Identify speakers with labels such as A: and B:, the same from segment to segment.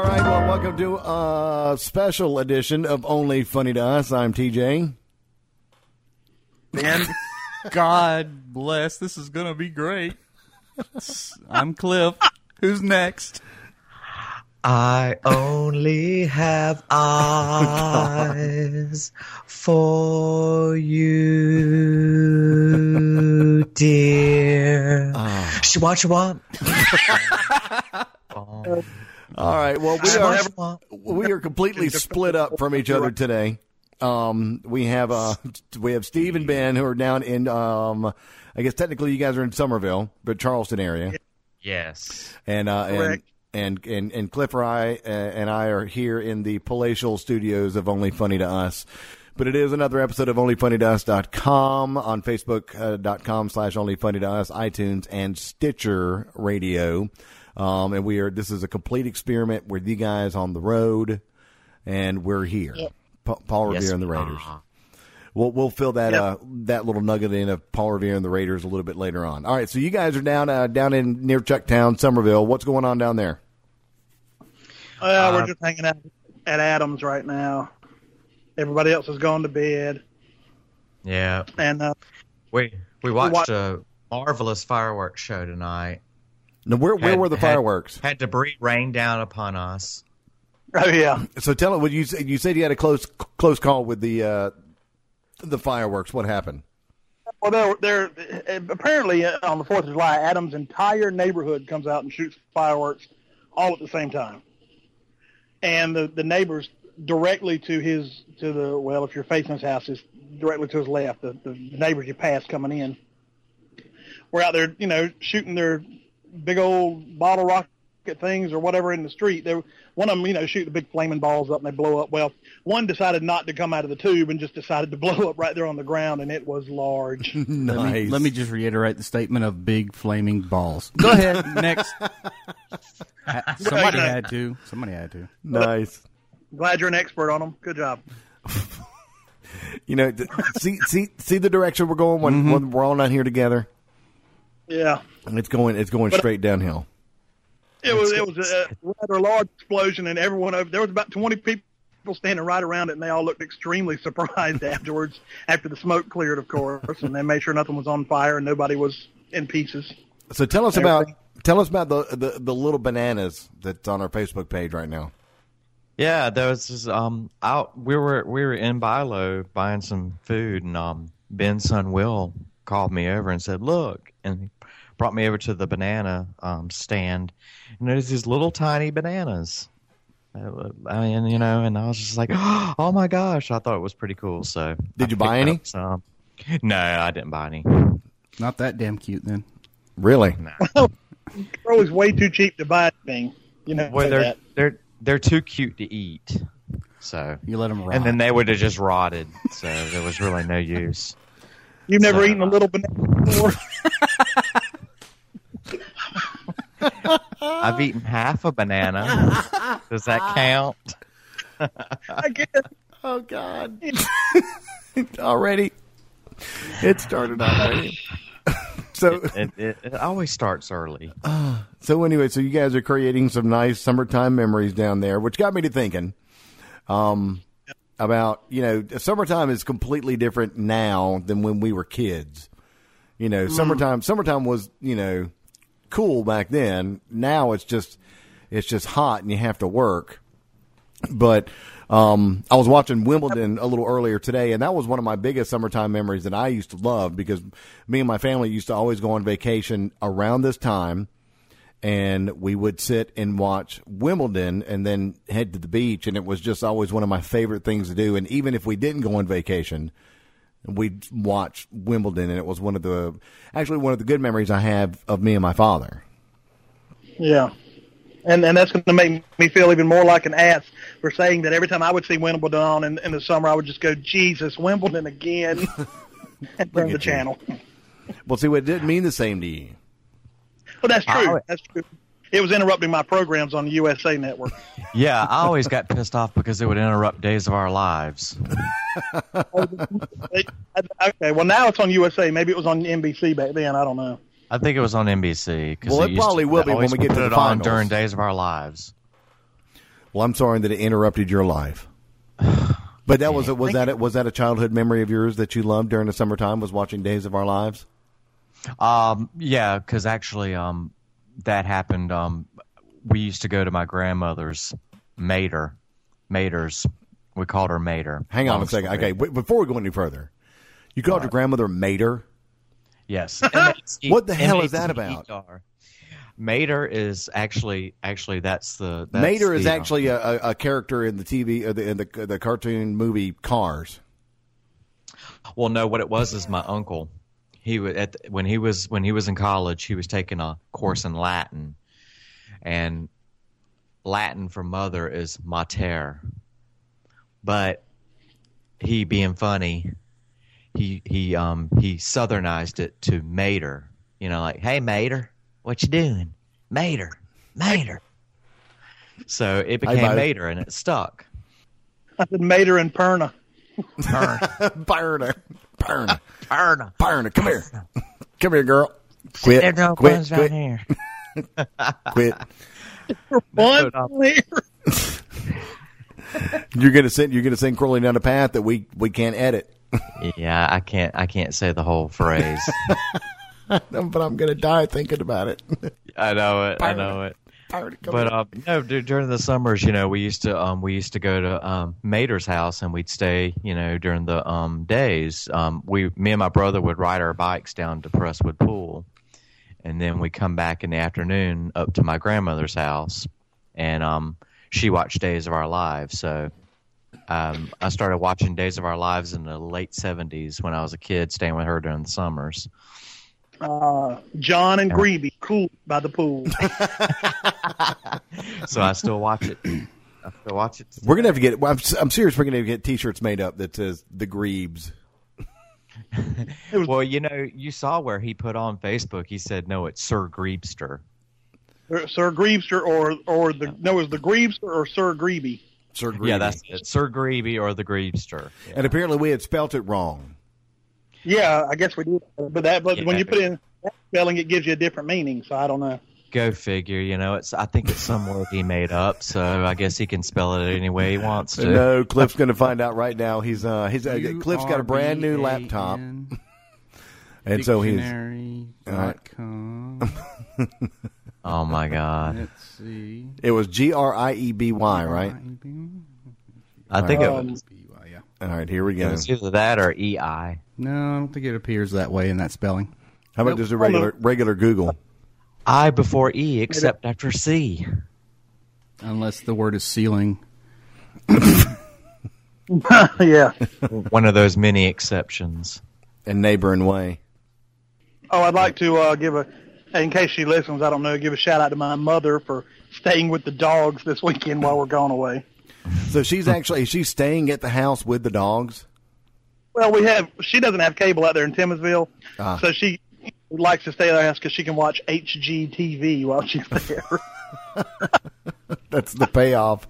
A: welcome to a special edition of Only Funny to Us. I'm TJ.
B: And God bless, this is going to be great. I'm Cliff. Who's next?
C: I only have eyes for you, dear. Shwa shwa.
A: All right. Well, we
C: Shwa
A: are
C: shwa.
A: we are completely split up from each other today. Um, we have uh, we have Steve and Ben who are down in um, I guess technically you guys are in Somerville, but Charleston area,
C: Yes.
A: and uh, and,
C: Correct.
A: and and and Cliff or I uh, and I are here in the palatial studios of Only Funny to Us. But it is another episode of OnlyFunnyToUs.com on Facebook.com slash OnlyFunnyToUs, iTunes, and Stitcher Radio. Um, and we are, this is a complete experiment with you guys on the road, and we're here. Pa- Paul Revere and the Raiders. We'll we'll fill that uh that little nugget in of Paul Revere and the Raiders a little bit later on. All right, so you guys are down uh, down in near Chucktown, Somerville. What's going on down there?
D: Uh,
C: Uh,
D: we're just hanging out at Adams right now. Everybody else has gone to bed,
C: Yeah.
D: and uh,
C: We we watched
D: watched-
C: a marvelous fireworks show tonight.
A: Now, where where
C: Had-
A: were the
C: had-
A: fireworks?
C: Had debris rain down upon us.
D: oh yeah,
A: So tell it. What you said- you said you had a close close call with the uh, the fireworks. What happened?
D: well, they're, they're apparently uh, on the Fourth of July. Adams' entire neighborhood comes out and shoots fireworks all at the same time, and the the neighbors directly to his to the well, if you're facing his house, is directly to his left. The, the neighbors you pass coming in were out there, you know, shooting their big old bottle rocket things or whatever in the street. They were- one of them, you know, shoot the big flaming balls up and they blow up. Well, one decided not to come out of the tube and just decided to blow up right there on the ground, and it was large.
A: Nice.
B: Let me, let me just reiterate the statement of big flaming balls.
A: go ahead.
B: Next. Ha- Somebody had to. Somebody had to.
A: nice.
D: Glad you're an expert on them. Good job.
A: You know, th- see see see the direction we're going when, when we're all not here together.
D: Yeah,
A: It's going it's going straight downhill.
D: it was it was a rather large explosion, and everyone over there was about 20 people standing right around it, and they all looked extremely surprised afterwards. After the smoke cleared, of course, and they made sure nothing was on fire and nobody was in pieces.
A: So tell us about tell us about the, the the little bananas that's on our Facebook page right now.
C: Yeah, there was this, um out we were we were in Bilo buying some food and um Ben's son Will called me over and said, Look and he brought me over to the banana um stand and there's these little tiny bananas. Uh, I mean, you know, and I was just like, Oh my gosh, I thought it was pretty cool. So
A: Did
C: I
A: you buy
C: picked
A: any?
C: up Some. No, I didn't buy any.
B: Not that damn cute then.
A: Really?
D: They're always way too cheap to buy a thing. You know
C: Well, they're
D: that.
C: they're they're too cute to eat. So
B: You let them rot.
C: and then they would have just rotted, so there was really no use.
D: You've never
C: So-
D: eaten a little banana before.
C: I've eaten half a banana. Does that count?
D: I guess.
A: Oh God! already, it started already. so
C: It, it, it always starts early.
A: so anyway, so you guys are creating some nice summertime memories down there, which got me to thinking, um, about you know summertime is completely different now than when we were kids. You know, summertime summertime was you know cool back then. Now it's just it's just hot and you have to work. But um, I was watching Wimbledon a little earlier today, and that was one of my biggest summertime memories that I used to love because me and my family used to always go on vacation around this time, and we would sit and watch Wimbledon and then head to the beach, and it was just always one of my favorite things to do. And even if we didn't go on vacation, we'd watch Wimbledon, and it was one of the actually one of the good memories I have of me and my father.
D: Yeah. And and that's going to make me feel even more like an ass for saying that every time I would see Wimbledon on in, in the summer, I would just go, Jesus, Wimbledon again, and turn
A: at
D: the
A: you.
D: channel.
A: Well, see, it didn't mean the same to you.
D: But that's true.
C: Oh.
D: That's true. It was interrupting my programs on the USA Network.
C: Yeah, I always got pissed off because it would interrupt days of our lives.
D: They- okay, well now it's on USA. Maybe it was on NBC back then. I don't know.
C: I think it was on NBC. 'cause
A: Well, it
C: used
A: probably
C: to-
A: will
C: they
A: be when
C: always
A: we get to
C: put
A: the
C: it on
A: finals.
C: during days of our lives.
A: Well, I'm sorry that it interrupted your life. But that was was that was that a childhood memory of yours that you loved during the summertime? Was watching Days of Our Lives?
C: Um, yeah, because actually, um, that happened. Um, we used to go to my grandmother's mater, mater's. We called her mater.
A: Hang on
C: Long
A: a second.
C: story.
A: Okay, wait, before we go any further, you called your grandmother Mater.
C: Yes.
A: What the hell is that about?
C: M-A-T-E-R. E Mater is actually actually that's the that's
A: Mater is
C: the, uh,
A: actually a, a, a character in the TV uh, the, in the the cartoon movie Cars.
C: Well, no, what it was is my uncle. He wa- at when he was when he was in college, he was taking a course in Latin, and Latin for mother is mater. But he being funny, he he um he southernized it to mater. You know, like hey mater, what you doing, mater, mater. So it became
A: buddy.
C: mater, and it stuck.
D: I said Mater and Perna.
A: Burner, burner,
C: Turn.
A: burner. Come here, come here, girl. Quit,
C: There no
A: quit,
C: one's
A: quit,
C: right here.
A: quit.
D: One
C: up.
D: later.
A: You're gonna send you're gonna send Crowley down a path that we we can't edit.
C: Yeah, I can't. I can't say the whole phrase.
A: but I'm gonna die thinking about it.
C: I know it. I know it.
A: Burner, come
C: But
A: here.
C: um, no, du- during the summers, you know, we used to um, we used to go to um, Mater's house and we'd stay, you know, during the um, days. Um, we, me and my brother would ride our bikes down to Presswood Pool, and then we come back in the afternoon up to my grandmother's house, and um, she watched Days of Our Lives. So um, I started watching Days of Our Lives in the late seventies when I was a kid, staying with her during the summers.
D: Uh, John and Greeby, cool by the pool.
C: So I still watch it. I still watch it.
A: we're gonna have to get. Well, I'm, s- I'm serious. We're gonna have to get T-shirts made up that says the Grebes.
C: Well, you know, you saw where he put on Facebook. He said, "No, it's Sir Griebster."
D: Or Sir Greebster or or the no, it was the Greebster or Sir Greeby.
A: Sir Grebe.
C: Yeah, that's it. Sir Greeby or the Griebster. Yeah.
A: And apparently we had spelt it wrong.
D: Yeah, I guess we did. But that but when
C: Yeah.
D: you put in that spelling, it gives you a different meaning. So I don't know.
C: Go figure. You know, it's. I think it's some word he made up, so I guess he can spell it any way he wants to.
A: No, Cliff's gonna find out right now. He's uh, he's uh, Cliff's got a brand new laptop,
B: URBN
A: and so he's
B: dictionary
A: All right.
B: dot com.
C: Oh my God!
B: Let's see.
A: it was G R I E B Y, right?
C: I think it
D: Um,
C: was,
B: Yeah.
A: All right, here we
C: it
A: go.
C: was either that or E I.
B: No, I don't think it appears that way in that spelling.
A: How about just a regular regular Google?
C: I before E, except after C.
B: Unless the word is ceiling.
D: yeah.
C: One of those many exceptions.
A: And neighboring way.
D: Oh, I'd like to uh, give a, in case she listens, I don't know, give a shout out to my mother for staying with the dogs this weekend while we're gone away.
A: So she's actually she's staying at the house with the dogs.
D: Well, we have she doesn't have cable out there in Timminsville, so she likes to stay at our house because she can watch HGTV while she's there.
A: That's the payoff.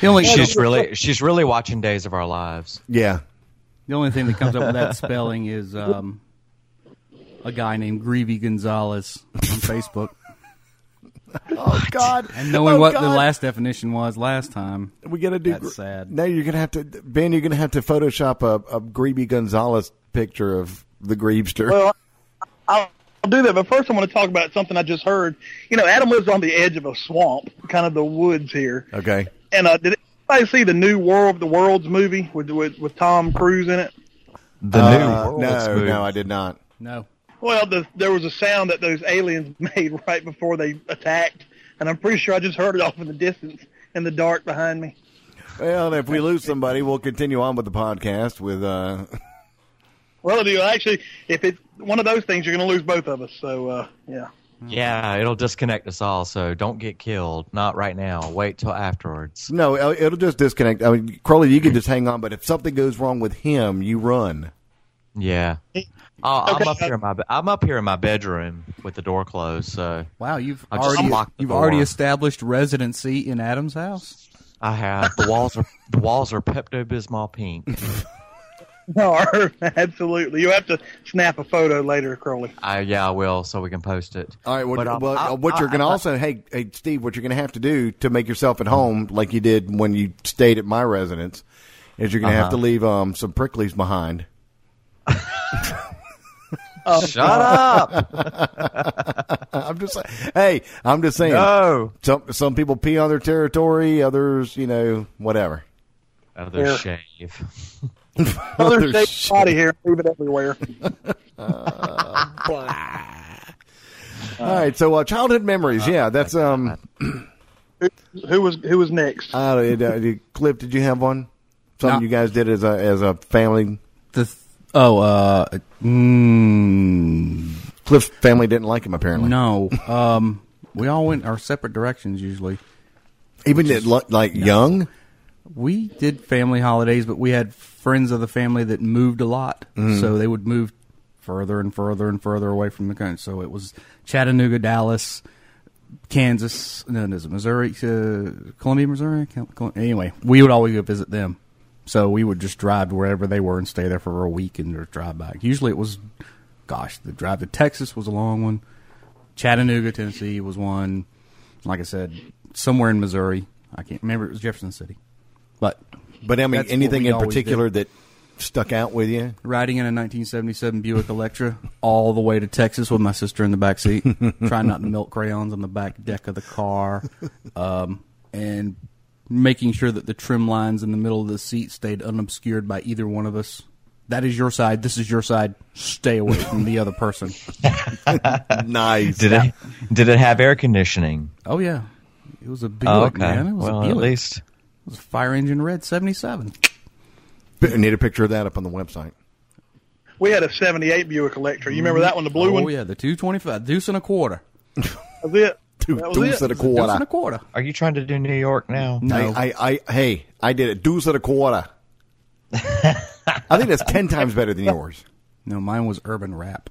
B: The only,
C: She's really, she's really watching Days of Our Lives.
A: Yeah,
B: the only thing that comes up with that spelling is um, a guy named Greevy Gonzalez on Facebook.
A: Oh God!
B: And knowing
A: Oh,
B: what the
A: God.
B: last definition was last time,
A: we gotta do.
B: That's sad.
A: Now you're gonna have to, Ben. You're gonna have to Photoshop a, a Greeby Gonzalez picture of the Griebster.
D: well, I'll, I'll do that, but first I want to talk about something I just heard. You know, Adam lives on the edge of a swamp, kind of the woods here.
A: okay.
D: And uh, did anybody see the new War of the Worlds movie with with, with Tom Cruise in it?
C: The
A: Uh,
C: new world's
A: no,
C: movie.
A: no, I did not.
B: no.
D: Well, the, there was a sound that those aliens made right before they attacked, and I'm pretty sure I just heard it off in the distance in the dark behind me.
A: Well, if we lose somebody, we'll continue on with the podcast. With uh,
D: Well, do you actually? If it's one of those things, you're going to lose both of us. So, uh, yeah.
C: Yeah, it'll disconnect us all, so don't get killed. Not right now. Wait till afterwards.
A: no, it'll- it'll just disconnect. I mean, Crowley, you can just hang on, but if something goes wrong with him, you run.
C: Yeah. Oh,
D: Okay.
C: I'm up here in my be- I'm up here in my bedroom with the door closed, so
B: Wow, you've
C: I just
B: already
C: locked the
B: you've
C: door.
B: already established residency in Adam's house.
C: I have the walls are the walls are Pepto Bismol pink.
D: are absolutely. You have to snap a photo later, Curly.
C: I yeah, I will, so we can post it.
A: All right. What,
C: But, um,
A: well,
C: I-
A: what you're
C: I-
A: going to
C: I-
A: also, hey, hey, Steve, what you're going to have to do to make yourself at home, like you did when you stayed at my residence, is you're going to have
C: Uh-huh.
A: to leave um, some pricklies behind.
C: Shut up!
A: I'm just, like, hey, I'm just saying.
C: No,
A: Some some people pee on their territory, others, you know, whatever.
C: other
D: Yeah.
C: shave.
D: Other
A: Other
D: state body here, leave it everywhere.
A: All right, so uh, childhood
C: Oh,
A: memories. Yeah, that's um.
D: Who was who was next?
A: Uh, it, uh, it- Cliff, did you have one? Something
B: No.
A: you guys did as a as a family.
B: The th- oh, uh, mm,
A: Cliff's family didn't like him apparently.
B: no. Um, we all went our separate directions usually.
A: Even at, li- like young.
B: We did family holidays, but we had friends of the family that moved a lot, so they would move further and further and further away from the country. So it was Chattanooga, Dallas, Kansas, no, no, is it Missouri, uh, Columbia, Missouri. Cal- Col- Anyway, we would always go visit them. So we would just drive to wherever they were and stay there for a week and just drive back. Usually it was, gosh, the drive to Texas was a long one. Chattanooga, Tennessee was one. Like I said, somewhere in Missouri. I can't remember. It was Jefferson City. But
A: But I mean,
B: That's what
A: anything
B: we
A: in
B: always
A: particular that stuck out with you?
B: riding in a 1977 Buick Electra all the way to Texas with my sister in the back seat, trying not to melt crayons on the back deck of the car, um, and making sure that the trim lines in the middle of the seat stayed unobscured by either one of us. That is your side. This is your side. Stay away from the other person.
A: nice.
C: Did it? Did it have air conditioning?
B: Oh yeah, it was a Buick,
C: Oh, okay.
B: man. It was
C: well,
B: a Buick.
C: at least
B: it was a fire engine red 77.
A: I need a picture of that up on the website.
D: We had a '78 Buick Electra. You remember that one, the blue
B: oh,
D: one?
B: yeah, the 225 deuce and a quarter.
D: That was it.
A: Two
D: that was
A: deuce
D: it.
A: and a
B: Deuce and
A: quarter.
B: a quarter.
C: Are you trying to do New York now?
B: No.
A: I, I, I, hey, I did it. Deuce and a quarter. I think that's ten times better than yours.
B: No, mine was urban rap.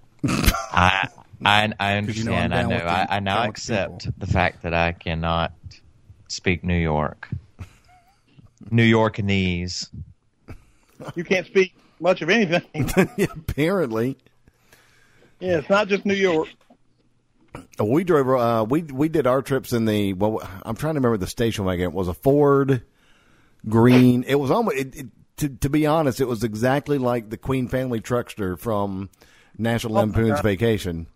C: I I, I
B: you know I'm
C: understand.
B: down
C: I know.
B: with the-
C: I, I now
B: down with the
C: accept the fact that I cannot speak New York, New Yorkese.
D: You can't speak much of anything.
A: Apparently.
D: yeah, it's not just New York.
A: We drove. Uh, we we did our trips in the. Well, I'm trying to remember the station wagon. It was a Ford Green. It was almost. It, it, to, to be honest, it was exactly like the Queen Family Truckster from National Lampoon's Vacation,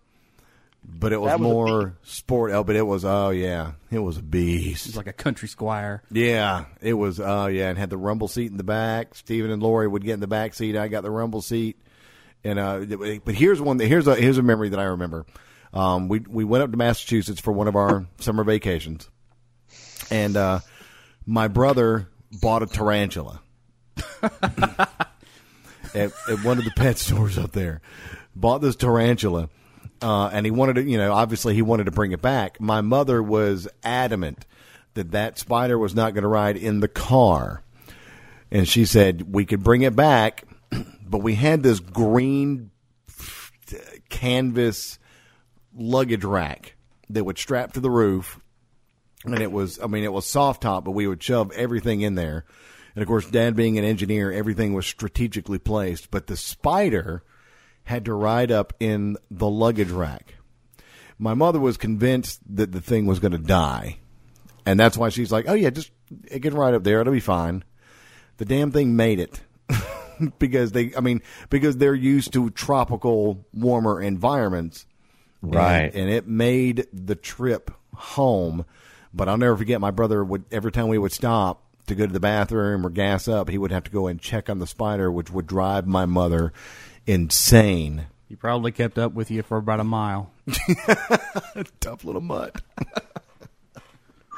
A: but it was,
D: Oh That was a
A: more sport. Oh, but it was. Oh yeah, it was a beast.
B: It's like a country squire.
A: Yeah, it was. Oh yeah, and had the rumble seat in the back. Steven and Lori would get in the back seat. I got the rumble seat. And uh, but here's one. That, here's a here's a memory that I remember. Um, we we went up to Massachusetts for one of our summer vacations, and uh, my brother bought a tarantula at, at one of the pet stores up there. Bought this tarantula, uh, and he wanted to, you know, obviously he wanted to bring it back. My mother was adamant that that spider was not going to ride in the car, and she said we could bring it back, but we had this green canvas luggage rack that would strap to the roof and it was I mean it was soft top, but we would shove everything in there. And of course, Dad being an engineer, everything was strategically placed. But the spider had to ride up in the luggage rack. My mother was convinced that the thing was going to die, and that's why she's like, "Oh yeah, just it can ride up there; it'll be fine." The damn thing made it because they, I mean, because they're used to tropical, warmer environments.
C: Right.
A: And, and it made the trip home. But I'll never forget my brother would every time we would stop to go to the bathroom or gas up, he would have to go and check on the spider, which would drive my mother insane.
B: He probably kept up with you for about a mile.
A: Tough little mutt.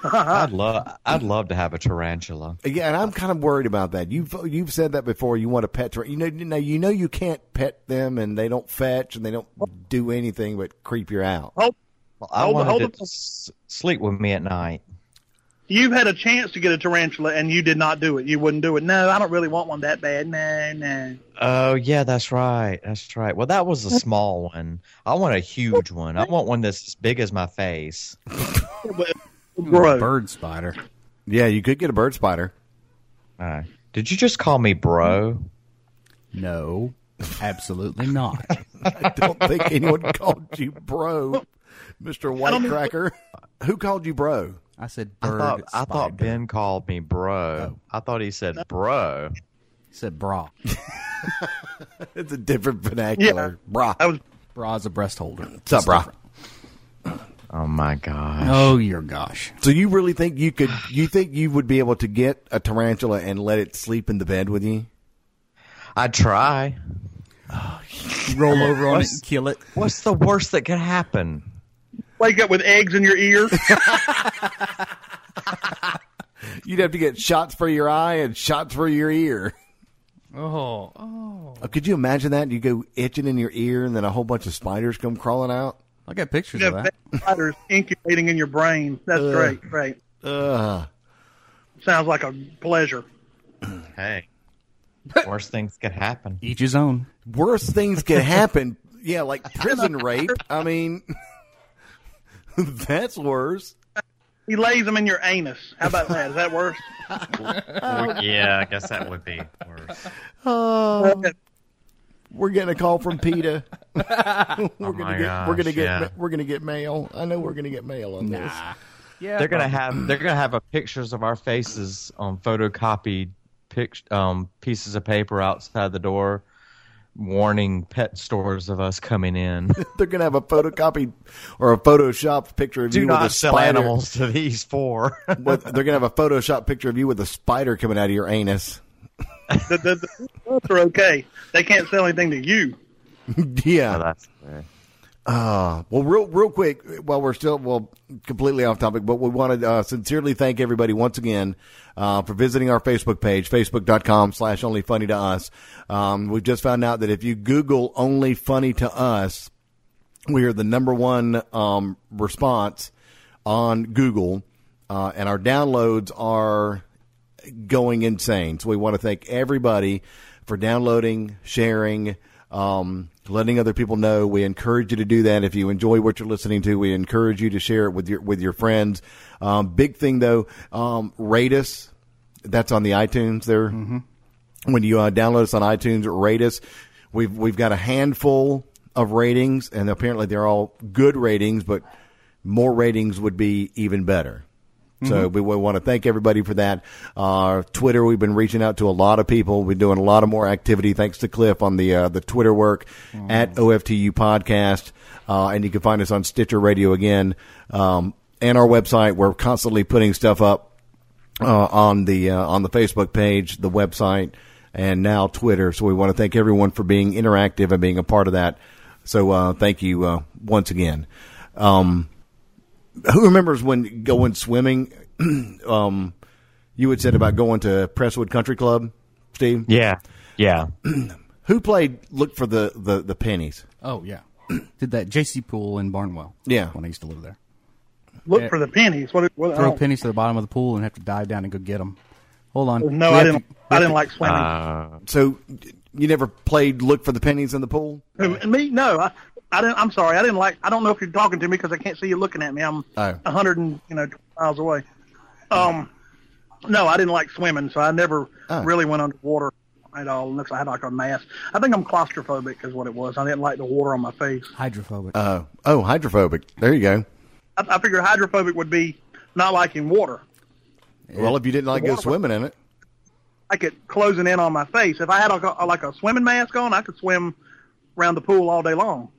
C: I'd love I'd love to have a tarantula.
A: Yeah, and I'm kind of worried about that. You've you've said that before. You want to pet tar- you know now you know you can't pet them and they don't fetch and they don't do anything but creep you out.
D: Hope
C: Well, I
D: Hold-
C: wanted
D: hold
C: it
D: up.
C: to s- sleep with me at night.
D: you've had a chance to get a tarantula and you did not do it. You wouldn't do it. No, I don't really want one that bad. No, no.
C: Oh yeah, that's right. That's right. Well, that was a small one. I want a huge one. I want one that's as big as my face.
D: But Bro,
B: Bird spider.
A: Yeah, you could get a bird spider.
C: Uh, did you just call me bro?
B: No, absolutely not.
A: I don't think anyone called you bro, Mister Whitecracker. Who called you bro?
B: I said
C: I
B: bird.
C: thought I
B: spider.
C: thought Ben called me bro. I thought he said bro.
B: He said bra.
A: It's a different vernacular. Brah.
D: I was
B: Bra's a breast holder.
A: What's up, brah?
C: Oh my gosh.
B: Oh, your gosh.
A: So you really think you could? You think you would be able to get a tarantula and let it sleep in the bed with you?
C: I try.
B: Roll over on it
C: What's-
B: and kill it.
C: What's the worst that could happen?
D: wake up with eggs in your ear.
A: You'd have to get shots for your eye and shots for your ear.
B: Oh,
A: Uh, Could you imagine that? You go itching in your ear, and then a whole bunch of spiders come crawling out.
B: I got pictures
D: You
B: of
D: know,
B: that. Uh,
D: spiders incubating in your brain. That's great. Great.
A: Ugh.
D: Sounds like a pleasure.
C: Hey. worst things could happen.
B: Each his own.
A: Worse things could happen. Yeah, like prison rape. I mean, that's worse.
D: He lays them in your anus. How about that? Is that worse?
C: yeah, I guess that would be worse.
A: Oh, we're getting a call from PETA. we're gonna
C: Oh my
A: get we're
C: gosh,
A: gonna get
C: yeah.
A: we're gonna get mail. I know we're gonna get mail on this.
B: Yeah,
C: They're gonna have they're gonna have a pictures of our faces on photocopied pic, um, pieces of paper outside the door, warning pet stores of us coming in.
A: They're gonna have a photocopied or a photoshopped picture of
C: Do
A: you with
C: not
A: a
C: sell
A: spider.
C: animals to these four.
A: What- they're gonna have a photoshopped picture of you with a spider coming out of your anus.
D: The, the, the adults are okay. They can't sell anything to you.
A: yeah.
C: that's
A: Well, real real quick, while we're still well completely off topic, but we want to uh, sincerely thank everybody once again uh, for visiting our Facebook page, facebook.com slash only funny to us. Um, we've just found out that if you Google only funny to us, we are the number one um, response on Google, uh, and our downloads are going insane. So we want to thank everybody for downloading, sharing, um, letting other people know. We encourage you to do that. If you enjoy what you're listening to, we encourage you to share it with your with your friends. Um, big thing though, um, rate us. That's on the iTunes there. When you uh, download us on iTunes, rate us. We've we've got a handful of ratings, and apparently they're all good ratings, but more ratings would be even better. So we, we want to thank everybody for that. Uh, Twitter, we've been reaching out to a lot of people. We're doing a lot of more activity thanks to Cliff on the uh, the Twitter work at OFTU Podcast, uh, and you can find us on Stitcher Radio again um, and our website. We're constantly putting stuff up uh, on the uh, on the Facebook page, the website, and now Twitter. So we want to thank everyone for being interactive and being a part of that. So uh, thank you uh, once again. Um, who remembers when going swimming? um, you had said about going to Presswood Country Club, Steve.
C: yeah, yeah.
A: Who played look for the the, the pennies?
B: Oh yeah, did that JC pool in Barnwell?
A: Yeah.
B: when I used to live there.
D: Look for the pennies. What? what oh, I
B: Throw
D: don't-
B: pennies to the bottom of the pool and have to dive down and go get them. Hold on.
D: No,
B: We
D: I
B: have
D: didn't.
B: to-
D: I didn't like swimming.
B: Ah.
C: Uh,
A: So you never played look for the pennies in the pool?
D: Who- me? No. I, I didn't. I'm sorry. I didn't like. I don't know if you're talking to me because I can't see you looking at me. I'm
A: Oh.
D: a hundred and you know 20 miles away. Um, no, I didn't like swimming, so I never
A: Oh.
D: really went underwater at all unless I had like a mask. I think I'm claustrophobic is what it was. I didn't like the water on my face.
B: hydrophobic.
A: Oh, oh, hydrophobic. There you go.
D: I, I figured hydrophobic would be not liking water.
A: Well, if you didn't like go swimming in it,
D: like it closing in on my face. If I had like a, like a swimming mask on, I could swim around the pool all day long.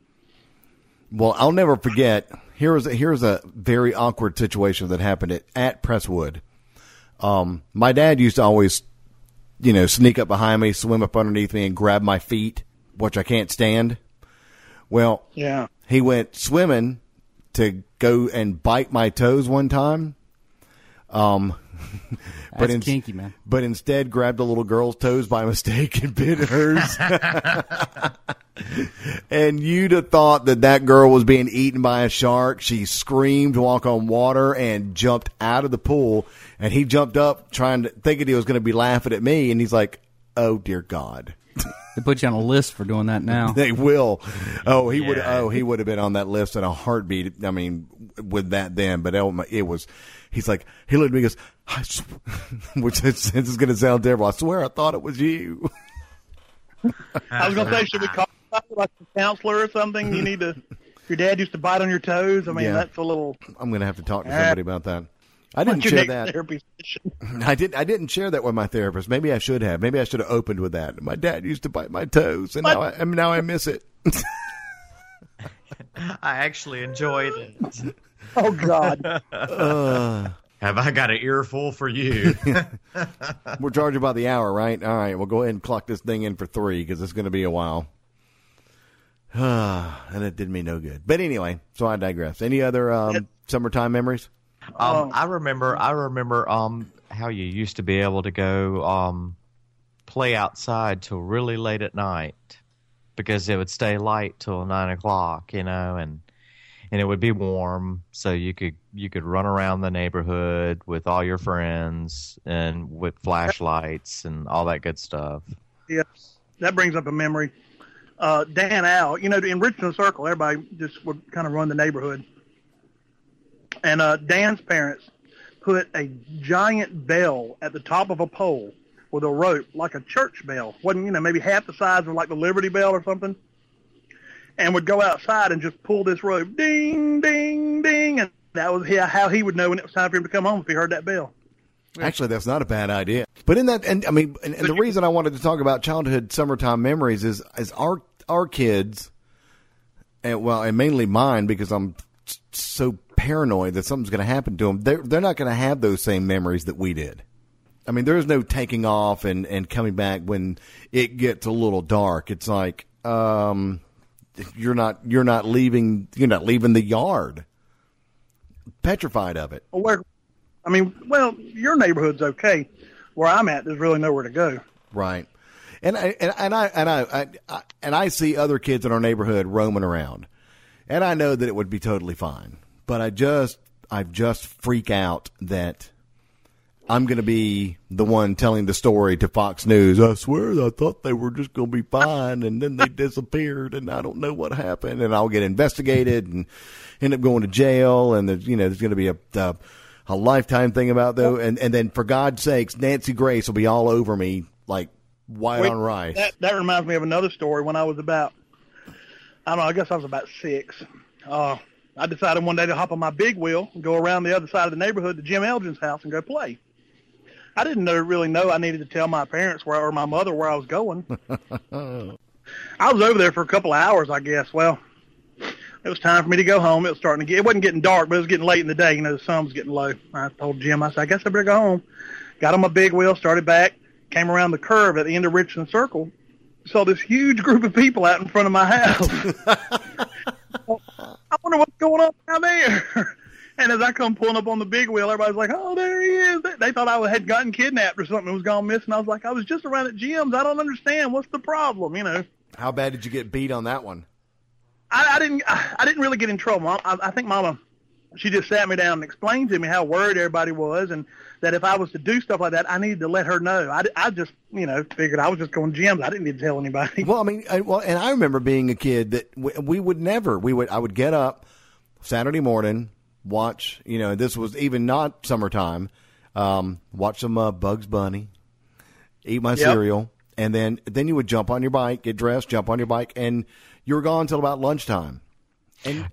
A: Well, I'll never forget. Here was a, here was a very awkward situation that happened at, at Presswood. Um, my dad used to always, you know, sneak up behind me, swim up underneath me, and grab my feet, which I can't stand. Well,
D: Yeah.
A: he went swimming to go and bite my toes one time. Um, but
B: That's
A: in-
B: kinky, man.
A: But instead, grabbed a little girl's toes by mistake and bit hers. and you'd have thought that that girl was being eaten by a shark. She screamed, "Walk on water!" and jumped out of the pool. And he jumped up, trying to thinking he was going to be laughing at me. And he's like, "Oh dear God."
B: They put you on a list for doing that now.
A: They will. Oh, he would.
C: Yeah.
A: Oh, he would have been on that list in a heartbeat. I mean, with that then, but oh my- it was. He's like he looked at me and goes, I sw-, which is, this is going to sound terrible. I swear, I thought it was you.
D: I was going to say, should we call like a counselor or something? You need to. Your dad used to bite on your toes. I mean,
A: Yeah.
D: that's a little.
A: I'm going to have to talk to somebody about that. I didn't
D: Your
A: share
D: next
A: that.
D: therapy session.
A: I didn't. I didn't share that with my therapist. Maybe I should have. Maybe I should have opened with that. My dad used to bite my toes, and now I, and now I miss it.
C: I actually enjoyed it.
D: Oh God!
C: Have I got an earful for you?
A: We're charging by the hour, right? All right, we'll go ahead and clock this thing in for three because it's going to be a while. and it did me no good. But anyway, so I digress. Any other um, summertime memories?
D: Oh.
C: Um, I remember, I remember um, how you used to be able to go um, play outside till really late at night because it would stay light till nine o'clock, you know, and and it would be warm, so you could you could run around the neighborhood with all your friends and with flashlights and all that good stuff.
D: yes, that brings up a memory. Uh, Dan Al, you know, in Richmond Circle, everybody just would kind of run the neighborhood, and uh, Dan's parents put a giant bell at the top of a pole with a rope, like a church bell. wasn't you know maybe half the size of like the Liberty Bell or something. and would go outside and just pull this rope, ding, ding, ding, and that was he- how he would know when it was time for him to come home if he heard that bell.
A: Actually, that's not a bad idea. But in that, and I mean, and, and the reason I wanted to talk about childhood summertime memories is is our our kids, and well, and mainly mine because I'm s- so paranoid that something's going to happen to them. They're they're not going to have those same memories that we did. I mean, there's no taking off and and coming back when it gets a little dark. It's like um, you're not you're not leaving you're not leaving the yard. Petrified of it.
D: Well, Where, I mean, well, your neighborhood's okay. Where I'm at, there's really nowhere to go.
A: Right. And I and, and I and I, I, I and I see other kids in our neighborhood roaming around, and I know that it would be totally fine. But I just I just freak out that I'm going to be the one telling the story to Fox News. I swear, I thought they were just going to be fine, and then they disappeared, and I don't know what happened. And I'll get investigated and end up going to jail, and there's, you know there's going to be a uh, a lifetime thing about though. And and then for God's sakes, Nancy Grace will be all over me like white
D: Wait,
A: on rice.
D: That that reminds me of another story when I was about I don't know, I guess I was about six. Uh I decided one day to hop on my big wheel and go around the other side of the neighborhood to Jim Elgin's house and go play. I didn't know, really know I needed to tell my parents where or my mother where I was going. I was over there for a couple of hours, I guess. Well, it was time for me to go home. It was starting to get, it wasn't getting dark, but it was getting late in the day. You know, the sun was getting low. I told Jim, I said, I guess I better go home. Got on my big wheel, started back, came around the curve at the end of Richland Circle, saw this huge group of people out in front of my house. I wonder what's going on down there. And as I come pulling up on the big wheel, everybody's like, "Oh, there he is!" They- They thought I had gotten kidnapped or something and was gone missing. I was like, "I was just around at Jim's. I don't understand. What's the problem?" You know.
A: How bad did you get beat on that one?
D: I, I didn't. I, I didn't really get in trouble. I, I think Mama, she just sat me down and explained to me how worried everybody was, and that if I was to do stuff like that, I needed to let her know. I, I just, you know, figured I was just going to gyms. I didn't need to tell anybody.
A: Well, I mean, I, well, and I remember being a kid that we, we would never. We would. I would get up Saturday morning, watch. You know, this was even not summertime. Um, watch some uh, Bugs Bunny, eat my cereal, and then then you would jump on your bike, get dressed, jump on your bike, and you were gone till about lunchtime.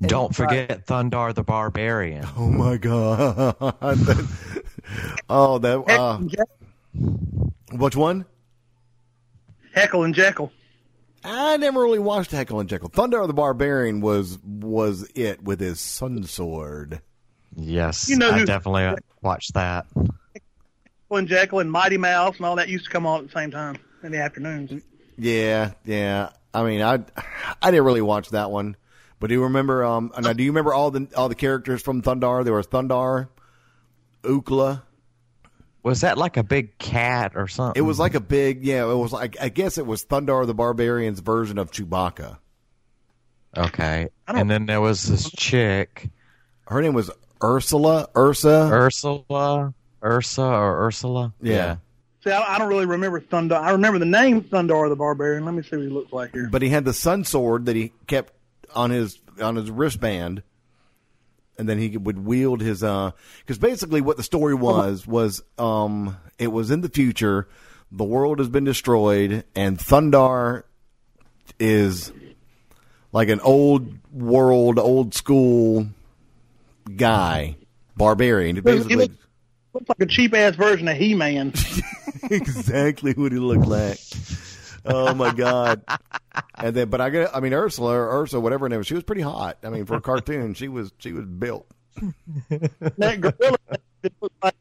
C: Don't forget Thundar the Barbarian.
A: Oh my god! oh, that.
D: Heckle,
A: Uh,
D: and Jekyll,
A: which one?
D: Heckle and Jekyll.
A: I never really watched Heckle and Jekyll. Thunder the Barbarian was was it with his sun sword.
C: Yes,
D: You know
C: I
D: who-
C: definitely watched that.
D: Heckle and Jekyll and Mighty Mouse and all that used to come on at the same time in the afternoons.
A: Yeah, yeah. I mean, I I didn't really watch that one, but do you remember? Um, now, do you remember all the all the characters from Thundar? There was Thundar, Ukla.
C: Was that like a big cat or something?
A: It was like a big, yeah. It was like I guess it was Thundar the Barbarian's version of Chewbacca.
C: okay.
D: I don't-
C: And then there was this chick,
A: Her name was Ursula, Ursa.
C: Ursula, Ursa or Ursula.
A: Yeah.
D: See, I, I don't really remember Thunder. I remember the name Thunder the Barbarian. Let me see what he looks like here.
A: but he had the sun sword that he kept on his on his wristband, and then he would wield his uh because basically what the story was was um it was in the future, the world has been destroyed, and Thundar is like an old world, old school guy, barbarian.
D: It
A: Basically,
D: looks, looks like a cheap ass version of He Man.
A: exactly what he looked like. Oh my god! And then, but I got, I mean Ursula, or Ursula, whatever her name, was, she was pretty hot. I mean, for a cartoon, she was she was built.
D: that gorilla it looks like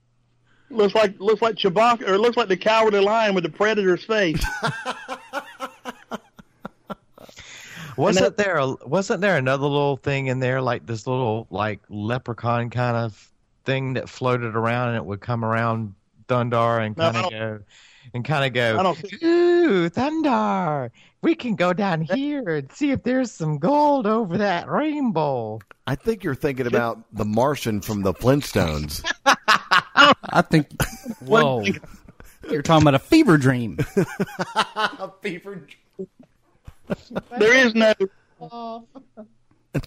D: looks like looks like Chewbacca or looks like the cowardly lion with the predator's face.
C: Wasn't there a, wasn't there another little thing in there like this little like leprechaun kind of thing that floated around and it would come around Dundar and
D: No, I
C: kind of
D: don't-
C: go and kind of
D: I
C: go,
D: don't see-
C: ooh, Thundar, we can go down here and see if there's some gold over that rainbow.
A: I think you're thinking about the Martian from the Flintstones.
B: I think. Whoa. You're talking about a fever dream.
D: There is no.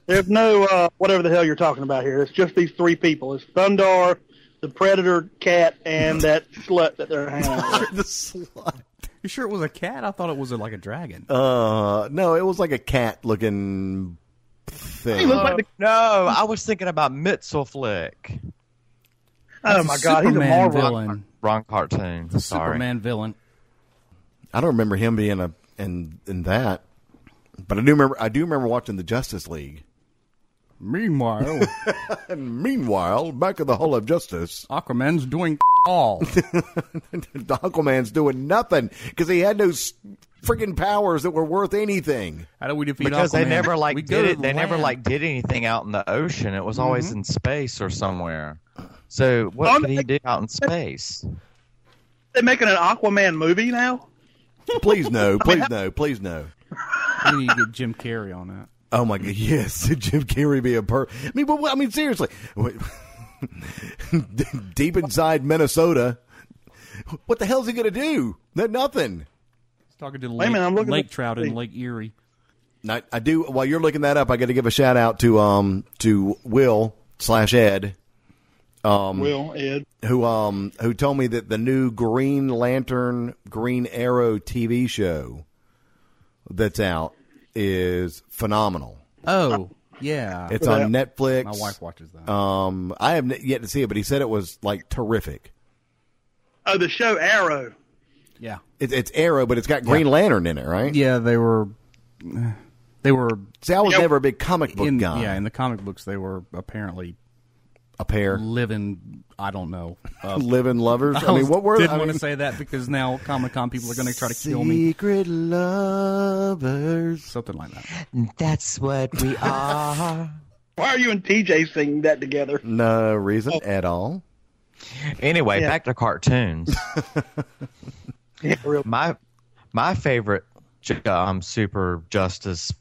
D: There's no uh, whatever the hell you're talking about here. It's just these three people. It's Thundar, the Predator cat, and that slut that they're hanging out with.
A: the slut.
B: You sure it was a cat? I thought it was a, like a dragon.
A: Uh, no, it was like a cat looking thing.
D: looked like the-
C: no, I was thinking about Mitzelflick.
D: Oh my god, he's a
B: Superman
D: Marvel.
B: villain.
C: Wrong cartoon. Sorry.
B: Superman villain.
A: I don't remember him being a in in that, but I do remember I do remember watching the Justice League.
B: Meanwhile,
A: And meanwhile, back at the Hall of Justice,
B: Aquaman's doing all.
A: the Aquaman's doing nothing because he had no s- freaking powers that were worth anything.
B: How do we defeat
C: because they
B: Aquaman?
C: never like
B: We go
C: did
B: to
C: it.
B: the
C: They never
B: land. Mm-hmm.
C: like did anything out in the ocean. It was always in space or somewhere. So what
D: Um,
C: could he do out in space?
D: They're making an Aquaman movie now.
A: Please no, please no, please no.
B: We need to get Jim Carrey on that.
A: Oh my god, yes, Jim Carrey be a per. I mean, but, I mean, seriously, Wait. deep inside Minnesota, what the hell's he gonna do? No- Nothing.
B: He's talking to the
D: a
B: lake,
D: minute, I'm looking
B: lake
D: at-
B: trout in Lake Erie.
A: I, I do. While you're looking that up, I got to give a shout out to um to Will slash Ed
B: Um,
D: Will Ed?
A: who um who told me that the new Green Lantern Green Arrow TV show that's out is phenomenal.
B: Oh, yeah.
A: It's on Netflix.
B: My wife watches that.
A: Um, I have n- yet to see it, but he said it was like terrific.
D: Oh, the show Arrow.
B: yeah.
A: It, it's Arrow, but it's got Green Lantern in it, right?
B: Yeah, they were. They were
A: See, I was
D: Yeah.
A: never a big comic book
B: in
A: guy.
B: yeah in the comic books. They were apparently
A: a pair,
B: living. I don't know. Uh,
A: living lovers. I, mean, what were
B: didn't
A: I
B: want
A: mean,
B: to say that because now Comic Con people are going to try to kill me.
A: Secret lovers.
B: Something like that.
C: That's what we are.
D: Why are you and TJ singing that together?
A: No reason
B: Oh.
A: at all.
C: anyway,
D: Yeah.
C: back to cartoons.
D: Yeah, real.
C: my my favorite ju- um super justice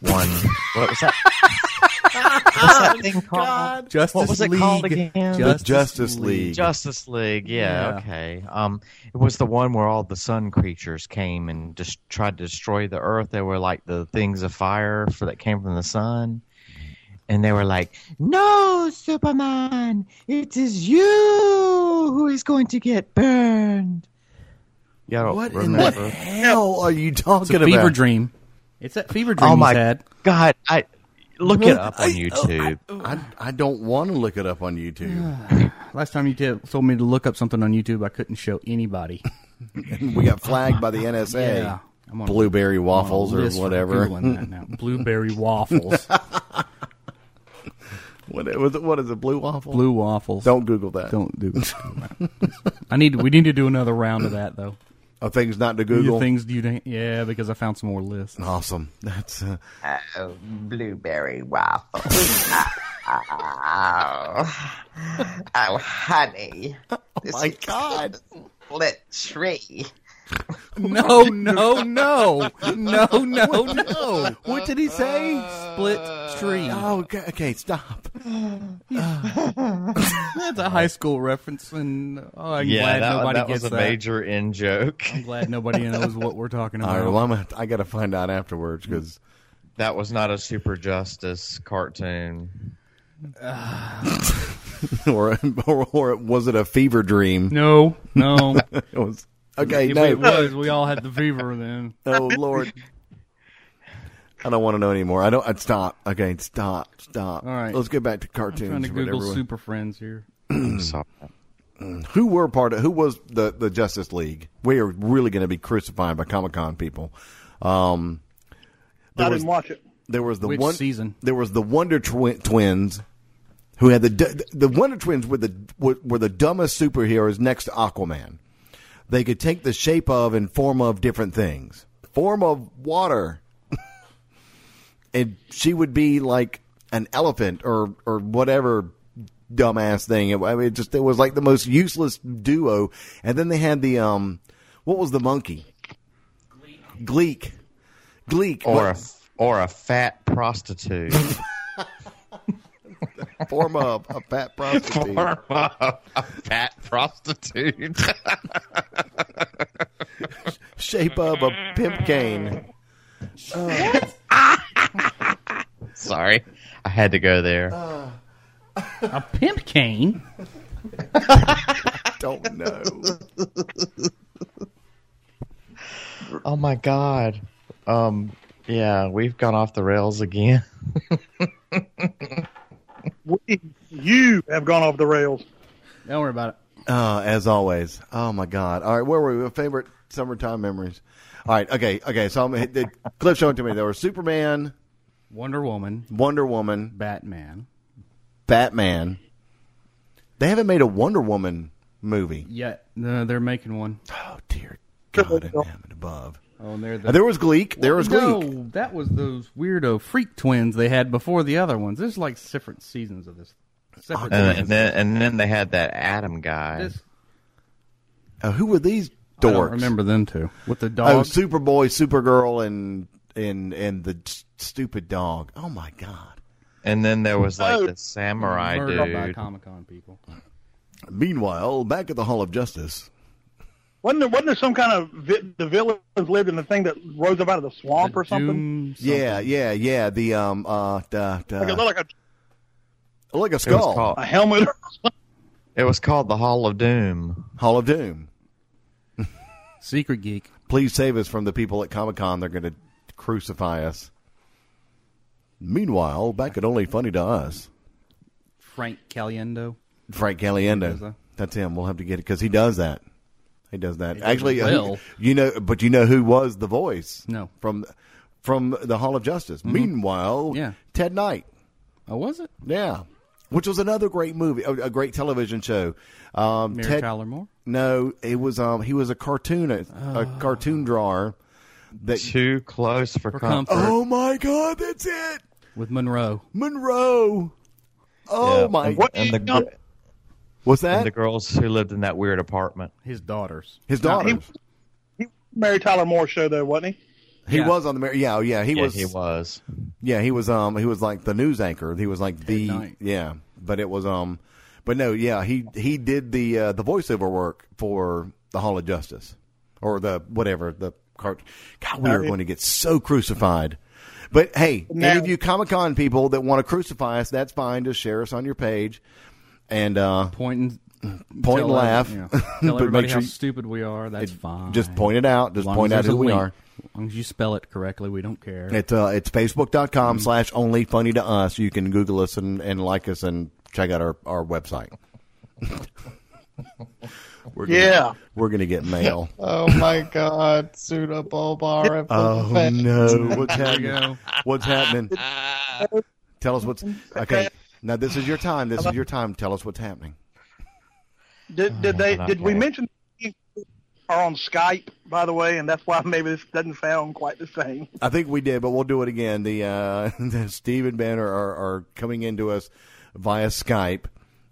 C: one. What was that? What's that
D: Oh,
C: thing called?
B: Justice
C: What was it
B: League.
C: called again?
A: The Justice League.
C: Justice League, yeah,
B: Yeah.
C: okay. Um, it was the one where all the sun creatures came and just tried to destroy the Earth. They were like the things of fire for that came from the sun, and they were like, "No, Superman, it is you who is going to get burned." Yeah, I don't
A: What in
C: remember.
A: the hell are you talking
B: It's a
A: about?
B: fever dream. It's that fever dream
C: Oh my
B: he's had.
C: God, I look it up on
A: I-
C: YouTube.
A: I, I don't want to look it up on YouTube.
B: Last time you t- told me to look up something on YouTube, I couldn't show anybody.
A: we got flagged by the NSA.
B: Yeah. I'm on-
A: Blueberry
B: I'm on a
A: waffles or
B: list for
A: whatever.
B: Googling that now. Blueberry waffles.
A: What, what, what is it? Blue waffle?
B: Blue waffles.
A: Don't Google that.
B: don't do that. I need. We need to do another round of that though.
A: Oh, things not to
B: Your
A: Google.
B: things you didn't. Yeah, because I found some more lists.
A: awesome. That's uh,
E: blueberry waffle. oh, oh, honey. This
A: my God.
E: split tree.
B: No, no, no, no, no, no. Ah, What did he say? Split tree.
A: Oh, okay, okay, stop.
B: That's a high school reference, and oh, I'm
C: yeah,
B: glad
C: that,
B: nobody
C: that
B: gets
C: was a
B: that.
C: major in joke.
B: I'm glad nobody knows what we're talking
A: All
B: about.
A: right, well, I'm gonna, I got to find out afterwards
B: Mm.
A: because
C: That was not a super justice cartoon.
A: or, or or was it a fever dream?
B: no, no.
A: It was okay.
B: if
A: No.
B: it was, we all had the fever then.
A: Oh Lord. I don't want to know anymore. I don't. I'd stop. Okay, stop, stop.
B: All right.
A: Let's get back to
B: I'm trying
A: cartoons.
B: to
A: or
B: Google
A: whatever.
B: Super Friends here.
A: Hmm.
C: I'm sorry.
A: Who were part of? Who was the the Justice League? We are really going to be crucified by Comic Con people. Um,
D: I
A: was-
D: didn't watch it.
A: there was the
B: Which
A: one
B: season?
A: There was the Wonder Twi- Twins, who had the d- the Wonder Twins were the were, were the dumbest superheroes next to Aquaman. They could take the shape of and form of different things. Form of water, and she would be like an elephant or or whatever dumbass thing. It, I mean, it just it was like the most useless duo. And then they had the um, what was the monkey? Gleek. Gleek.
C: Or a,
A: What-
C: or a fat prostitute.
A: form of a fat prostitute.
C: Form of a fat prostitute.
A: Shape of a pimp cane.
C: sorry. I had to go there.
B: A pimp cane.
A: Don't know.
C: oh my god. Um yeah, we've gone off the rails again.
D: We, you have gone off the rails.
B: Don't worry about it.
A: Uh, as always. Oh my God. All right, where were we? Favorite summertime memories. All right. Okay. Okay. So I'm the clip showing to me. There were Superman,
B: Wonder Woman,
A: Wonder Woman,
B: Batman.
A: Batman. They haven't made a Wonder Woman movie.
B: Yeah, no, uh, they're making one.
A: Oh dear God in heaven above. Uh,
B: Oh, and they're the.
A: There was Gleek. There was Gleek.
B: no, that was those weirdo freak twins they had before the other ones. There's like different seasons of this. Separate
D: Uh,
C: And,
B: seasons.
C: and then and then they had that Adam guy.
B: This-
A: Uh, who were these dorks?
B: I don't remember them two with the
A: Oh,
B: dogs.
A: Superboy, Supergirl, and and and the st- stupid dog. Oh my God.
C: and then there was like
D: Oh.
C: the samurai
B: murdered by
C: dude.
B: Comic Con people.
A: Meanwhile, back at the Hall of Justice,
D: Wasn't there, wasn't there some kind of vi- the villains lived in the thing that rose up out of the swamp or something?
B: Doom
A: yeah, yeah, yeah. The um, uh, da, da,
D: Like, it looked like
A: Oh, like a
C: It was,
A: skull.
D: a, a
C: called,
D: helmet. or something.
C: it was called the Hall of Doom.
A: Hall of Doom.
B: Secret Geek.
A: Please save us from the people at Comic Con. They're going to crucify us. Meanwhile, back at Only Funny to Us,
B: Frank Caliendo.
A: Frank
B: Does
A: Caliendo.
B: that?
A: That's him. We'll have to get it because he does that. He does that. Actually, uh,
B: it well.
A: who- you know, but you know who was the voice?
B: No. Mm-hmm.
A: from from the Hall of Justice. Meanwhile,
B: Yeah.
A: Ted Knight.
B: Oh, was it?
A: Yeah. Which was another great movie, a, a great television show. Um,
B: Mary
A: Ted-
B: Tyler Moore.
A: No, it was um, he was a cartoonist,
B: Ah.
A: a cartoon drawer. That
C: Too close for, comfort.
B: comfort.
A: oh my god, that's it,
B: with Monroe.
A: Monroe. Oh
C: Yeah.
A: my,
C: And,
A: what?
C: and the gr-
A: what's
C: and
A: that?
C: the girls who lived in that weird apartment.
B: His daughters.
A: His daughter.
D: he- Mary Tyler Moore show though, wasn't he?
A: he
B: Yeah.
A: was on the Mar- yeah, oh, yeah. He
C: yeah,
A: was
C: he was.
A: yeah, he was um, he was like the news anchor. He was like the
B: Knight.
A: yeah, but it was um, but no, yeah, he he did the uh, the voiceover work for the Hall of Justice or the whatever the cart. God,
B: Uh,
A: we are going to get so crucified. But hey, any
D: Now-
A: of you Comic Con people that want to crucify us, that's fine. Just share us on your page and uh,
B: Point and
A: Point and
B: tell
A: laugh.
B: every- yeah.
A: But
B: Tell everybody
A: make
B: how
A: sure you-
B: stupid we are. That's fine.
A: just point it out.
B: As
A: Just
B: long
A: point
B: as
A: out
B: there's
A: who
B: a
A: we
B: link.
A: are.
B: As long as you spell it correctly, we don't care.
A: It's uh, it's facebook.com
C: Mm-hmm.
A: slash only funny to us. You can Google us and, and like us and check out our, our website. we're gonna,
D: Yeah.
A: We're going to get mail.
C: Oh my God, pseudo bulbar.
A: oh, no. What's
B: there you
A: happening?
B: go.
A: What's happening? Tell us what's. Okay. Now, this is your time. This is your time. Tell us what's happening.
D: Did did they
C: not
D: did we
C: yet.
D: mention they are on Skype by the way, and that's why maybe this doesn't sound quite the same.
A: I think we did, but we'll do it again. The, uh, the Steve and Ben are, are, are coming into us via Skype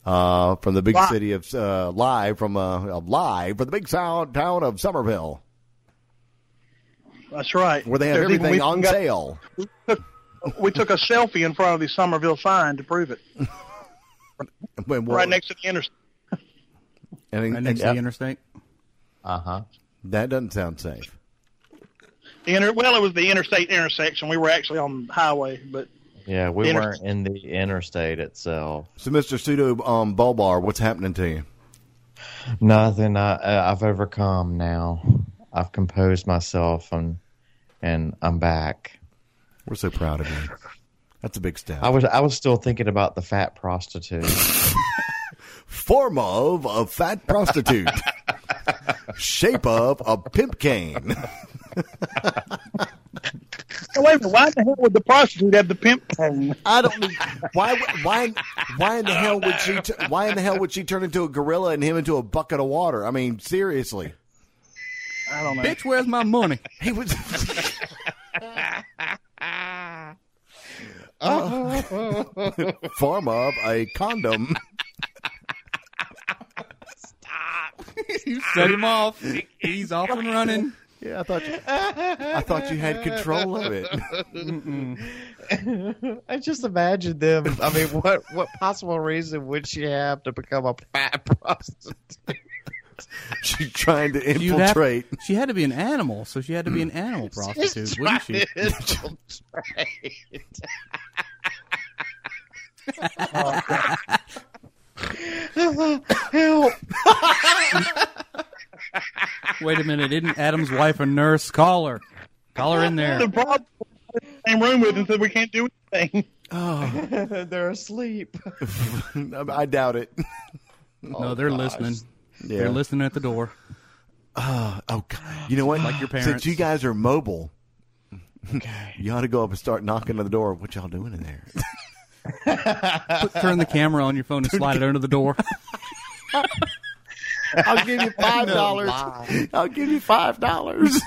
A: uh, from the big
D: Live.
A: city of uh, live from uh, live from the big sound town of Somerville,
D: That's right.
A: where they have
D: There's even-
A: everything
D: we
A: on
D: got-
A: sale.
D: We took a selfie in front of the Somerville sign to prove it,
A: When we'll-
D: right next to the interstate.
A: and-
B: Right next
A: and-
B: to the interstate.
C: Uh huh.
A: that doesn't sound safe.
D: The inter- well, it was the interstate intersection. We were actually on the highway, but
C: Yeah, we
D: Inter-
C: weren't in the interstate itself.
A: So, Mr. Pseudo um, Bulbar, what's happening to you?
C: Nothing. I, I- I've overcome now. I've composed myself and and I'm back.
A: We're so proud of you. That's a big step.
C: I was I was still thinking about the fat prostitute.
A: Form of a fat prostitute. Shape of a pimp cane.
D: Now, wait a minute, why the hell would the prostitute have the pimp cane?
A: I don't. know- Why? Why? Why in the hell would she? T- why in the hell would she turn into a gorilla and him into a bucket of water? I mean, seriously.
D: I don't know.
B: Bitch, where's my money?
A: He was. Form of a condom.
B: you set him off. He's off and running.
A: Yeah, I thought you, I thought you had control of it.
C: I just imagine them. I mean, what what possible reason would she have to become a fat prostitute?
A: She's trying to
B: You'd have-
A: infiltrate.
B: she had to be an animal, so she had to be an animal prostitute, wouldn't she?
C: Help!
B: Wait a minute, isn't Adam's wife a nurse? Call her. Call her in
D: The
B: there.
D: problem in the same room with and said we can't do anything.
A: Oh,
C: They're asleep.
A: I doubt it.
B: No, they're listening.
A: Yeah.
B: They're listening at the door.
A: Oh, God. you know what?
B: Like your
A: Since
B: parents.
A: you guys are mobile,
C: Okay.
A: you ought to go up and start knocking on the door. What y'all doing in there?
B: Put, turn the camera on your phone and slide it under the door.
A: I'll give you five dollars. I'll give you five dollars.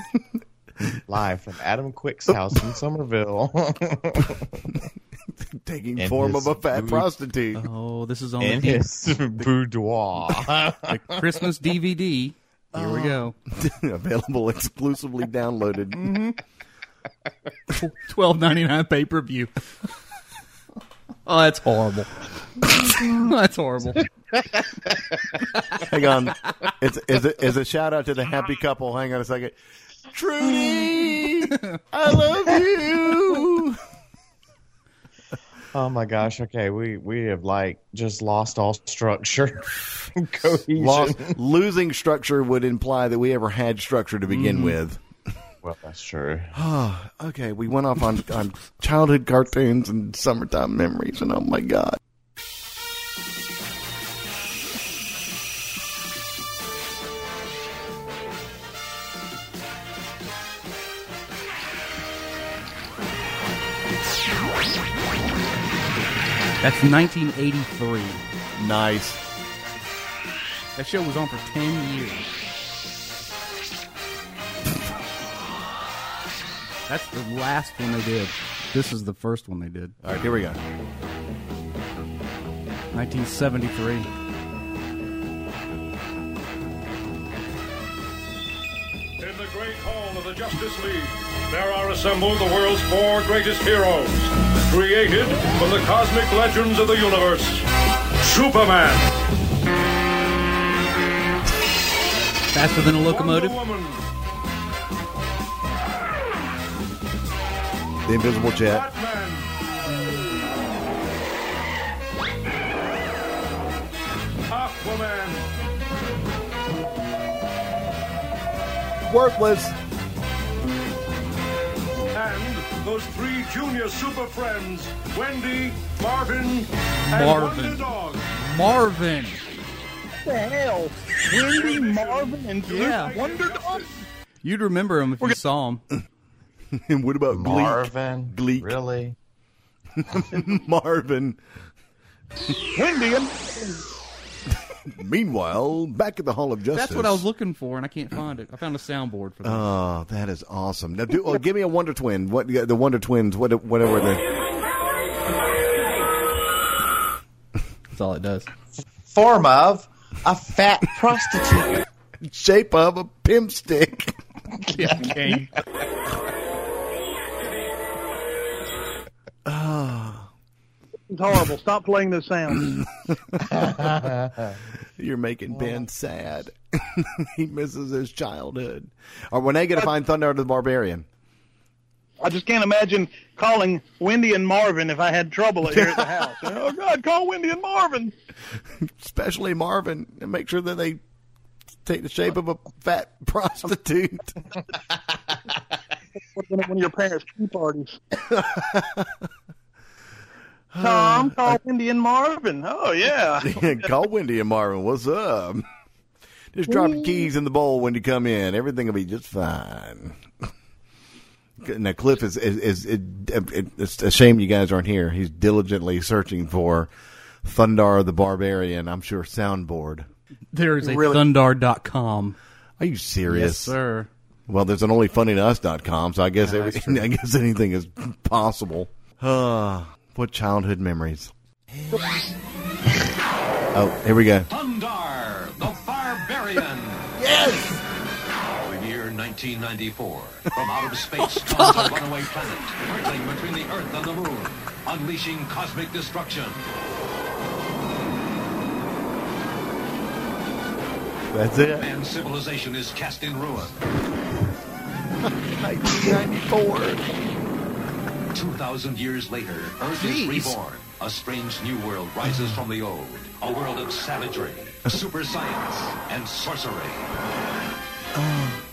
C: Live from Adam Quick's house in Somerville.
A: Taking
C: And
A: form of
C: his
A: a fat
C: food.
A: prostitute.
B: Oh, this is on
C: in
B: the,
C: his boudoir.
B: the Christmas DVD. Here we go.
A: Available exclusively downloaded.
B: Twelve ninety nine pay per view. Oh, that's horrible. that's horrible.
A: Hang on. It's is a, it's a shout out to the happy couple. Hang on a second. Trudy, I love you.
C: oh my gosh! Okay, we we have like just lost all structure, and cohesion.
A: Lost, losing structure would imply that we ever had structure to begin with.
C: Well, that's true.
A: Ah, okay, we went off on, on childhood cartoons and summertime memories, and oh my god.
B: That's nineteen eighty three.
A: Nice.
B: That show was on for ten years. That's the last one they did. This is the first one they did.
A: All right, here we go.
B: 1973.
F: In the great hall of the Justice League, there are assembled the world's four greatest heroes, created from the cosmic legends of the universe. Superman,
B: Faster than a locomotive.
F: Wonder Woman,
A: The Invisible Jet.
F: Batman, Aquaman,
A: Worthless.
F: and those three junior super friends, Wendy, Marvin, and
B: Marvin.
F: Wonder Dog.
B: Marvin.
D: What the hell? Wendy, Marvin, and Luke
B: Yeah.
D: Wonder Dog?
B: You'd remember him if you saw him.
A: And what about Gleek?
C: Marvin,
A: Gleek.
C: really?
A: Marvin.
D: Wendy and
A: Meanwhile, back at the Hall of Justice.
B: That's what I was looking for, and I can't find it. I found a soundboard for that.
A: Oh, that is awesome. Now, do, oh, give me a Wonder Twin. What the Wonder Twins? What whatever the
B: That's all it does.
C: Form of a fat prostitute.
A: shape of a pimp stick.
D: it's horrible. Stop playing those sounds.
A: You're making Ben sad. he misses his childhood. Or when they get to find Thunder the Barbarian.
D: I just can't imagine calling Wendy and Marvin if I had trouble here at the house. oh God, call Wendy and Marvin.
A: especially Marvin, and make sure that they take the shape of a fat prostitute.
D: would have been at one of your parents' tea parties. Tom, call Wendy and Marvin. Oh yeah.
A: Call Wendy and Marvin. What's up? Just drop the keys in the bowl when you come in. Everything will be just fine. Now, Cliff is, is, is it, it, it's a shame you guys aren't here. He's diligently searching for Thundar the Barbarian, I'm sure, soundboard.
B: There is a
D: Really?
B: thundar.com.
A: Are you serious?
B: sir.
A: Well, there's an onlyfunnytous.com, so I guess every, I guess anything is possible. Uh, what childhood memories? oh, here we go.
G: Thundar, the Barbarian. Yes! The year 1994. From out of space comes a runaway planet, hurtling between the Earth and the Moon, unleashing cosmic destruction.
A: That's it.
G: Man's civilization is cast in ruin. 1994. 2,000 years later, Earth is reborn. A strange new world rises from the old. A world of savagery, super science, and sorcery.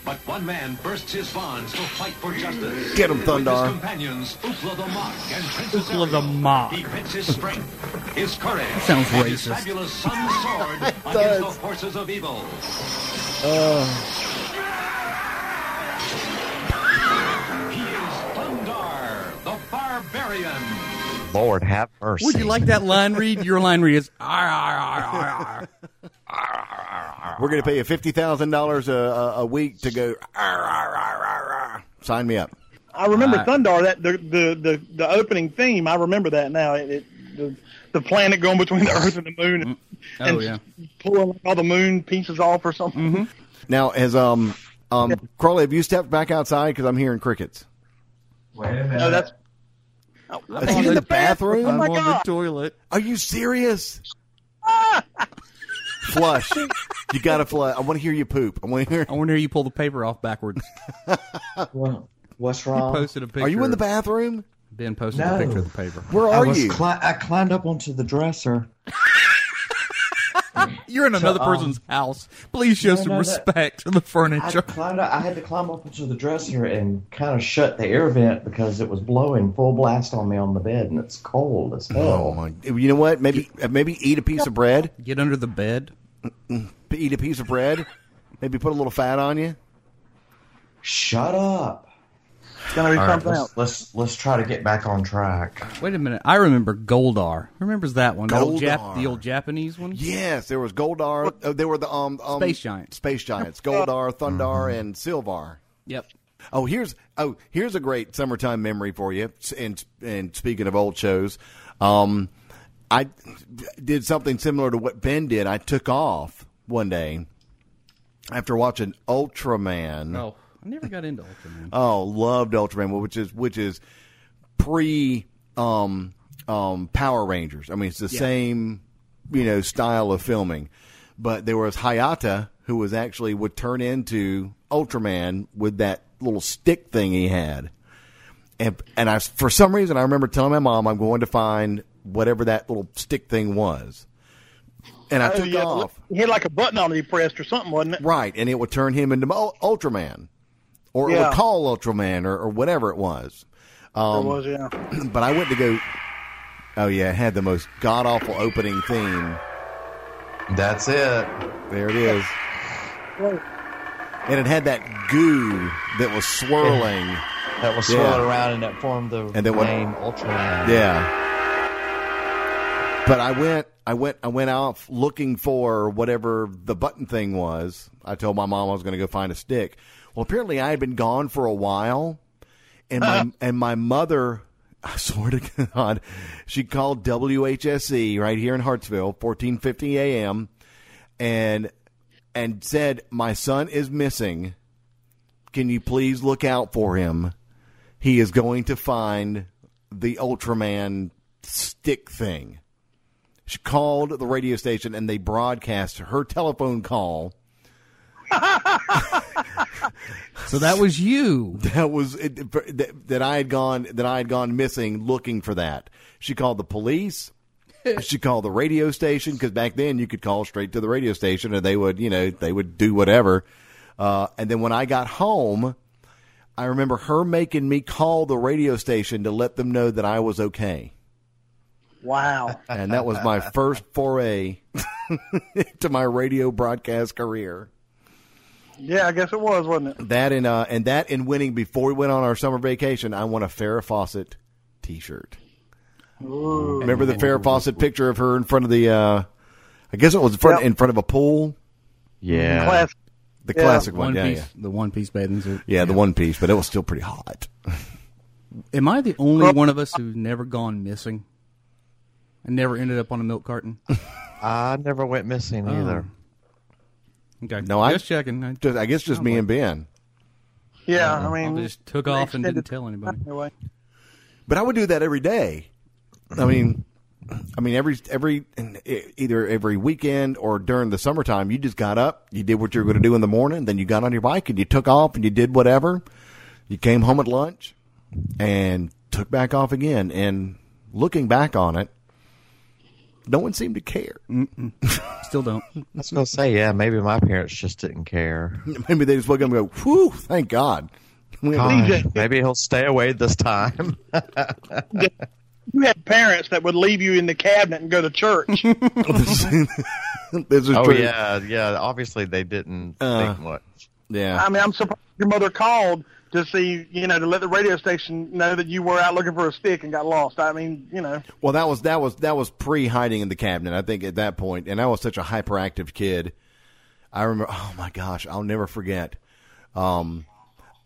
G: But one man bursts his bonds to fight for justice.
A: Get 'em,
G: With
A: Thundar.
G: his companions, Ookla the Mock and Princess
B: Ookla the
G: Ariel,
B: Mock.
G: He pits his strength, his courage,
B: sounds
G: and his
B: racist.
G: fabulous sun's sword against
A: does.
G: the forces of evil. He is Thundar, the Barbarian.
C: Lord have mercy.
B: Would you like that line read? Your line read is. "Arr, arr, arr, arr, arr."
A: We're going to pay you fifty thousand dollars a week to go. "Arr, arr, arr, arr, arr." Sign me up.
D: I remember
B: Right.
D: Thundar that the, the the the opening theme. I remember that now. It, it the the planet going between the Earth and the Moon, and,
B: Oh,
D: and
B: yeah. Mm-hmm.
D: pulling like, all the Moon pieces off or something.
A: Now, has um um Crawley, have you stepped back outside because I'm hearing crickets?
H: Wait a minute.
D: No, that's. Oh, I'm
A: Is he in the bathroom?
D: Oh my
B: I'm on the
D: god!
B: toilet.
A: Are you serious? flush. You got to flush. I want to hear you poop. I want to hear.
B: I want to hear you pull the paper off backwards.
H: Wha- What's
C: Uh,
H: wrong?
B: Posted a picture.
A: Are you in the bathroom?
B: Ben posted a
H: No.
B: picture of the paper.
A: Where
H: I
A: are
H: was
A: you?
H: cli- I climbed up onto the dresser.
B: You're in another
H: um,
B: person's house. Please show
H: no,
B: some
H: no, no.
B: respect to the
H: I
B: furniture.
H: climbed up. I had to climb up onto the dresser and kind of shut the air vent because it was blowing full blast on me on the bed, and it's cold as
A: oh
H: hell.
A: my! You know what? Maybe maybe eat a piece of bread.
B: Get under the bed.
A: Eat a piece of bread. Maybe put a little fat on you.
H: Shut up.
D: It's gonna be something else.
H: Let's, let's let's try to get back on track.
B: Wait a minute. I remember Goldar. Who remembers that one? The old,
A: Goldar.
B: Jap- the old Japanese one?
A: Yes, there was Goldar. Uh, there were the um, um
B: Space giants. Mm-hmm.
A: Space giants. Goldar, Thundar, and Silvar.
B: Yep.
A: Oh, here's oh here's a great summertime memory for you. S- And and speaking of old shows, um, I did something similar to what Ben did. I took off one day after watching Ultraman.
B: No. Oh, I never got into Ultraman.
A: Oh, loved Ultraman, which is which is pre um um Power Rangers. I mean, it's the same you know style of filming, but there was Hayata who was actually would turn into Ultraman with that little stick thing he had. And, and I, for some reason, I remember telling my mom I'm going to find whatever that little stick thing was, and I
D: Oh,
A: took
D: yeah,
A: off.
D: He had like a button on it he pressed or something, wasn't
B: Um,
D: it?
A: Right, and it would turn him into Ul- Ultraman, or it
D: Yeah.
A: would call Ultraman, or, or whatever it was.
D: It was, yeah.
A: But I went to go. Oh yeah, it had the most god awful opening theme.
C: That's it.
A: There it is,
D: Right.
A: and it had that goo that was swirling.
C: That was
A: Yeah.
C: swirled around and that formed the
A: And then what-
C: name Ultraman.
A: Yeah. But I went, I went, I went off looking for whatever the button thing was. I told my mom I was going to go find a stick. Well, apparently I had been gone for a while, and my and my mother, I swear to God, she called WHSE E right here in Hartsville, fourteen fifty a.m. and and said my son is missing. Can you please look out for him? he is going to find the Ultraman stick thing. She called the radio station and they broadcast her telephone call.
B: So that was you.
A: That was it, that, that I had gone that I had gone missing looking for that. She called the police. she called the radio station because back then you could call straight to the radio station and they would you know they would do whatever. Uh, and then when I got home, I remember her making me call the radio station to let them know that I was okay.
D: Wow.
A: And that was my first foray to my radio broadcast career.
D: Yeah, I guess it was, wasn't it?
A: That and uh, and that and winning before we went on our summer vacation, I won a Farrah Fawcett T-shirt. Remember the Farrah Fawcett picture of her in front of the? Uh, I guess it was in front,
D: Yep.
A: in front of a pool.
B: Uh,
C: Yeah.
D: Class.
A: The
D: Yeah.
A: classic one,
B: One
A: yeah,
B: piece,
A: yeah,
B: the one piece bathing suit.
A: yeah, the one piece, but it was still pretty hot.
B: Am I the only one of us who's never gone missing? I never ended up on a milk carton.
C: I never went missing either.
B: Okay,
A: No, I-
B: just checking. I,
A: Just, I guess, just me and Ben.
D: Yeah, I mean,
B: just took off and didn't
D: extended-
B: tell anybody.
D: Anyway.
A: But I would do that every day.
C: Mm-hmm.
A: I mean, I mean every every e- either every weekend or during the summertime, you just got up, you did what you were going to do in the morning, then you got on your bike and you took off and you did whatever. You came home at lunch and took back off again. And looking back on it, no one seemed to care.
B: Still don't.
C: I was gonna say, yeah, maybe my parents just didn't care.
A: Maybe they just woke up and go, "Whew, thank God." We have a-
C: Gosh, maybe he'll stay away this time.
D: you had parents that would leave you in the cabinet and go to church.
A: this is
C: oh
A: true.
C: yeah, yeah. Obviously, they didn't think much.
A: yeah.
D: I mean, I'm surprised your mother called to see, you know, to let the radio station know that you were out looking for a stick and got lost. I mean, you know,
A: Well, that was that was that was pre hiding in the cabinet. I think at that point, and I was such a hyperactive kid. I remember. Oh my gosh, I'll never forget. Um,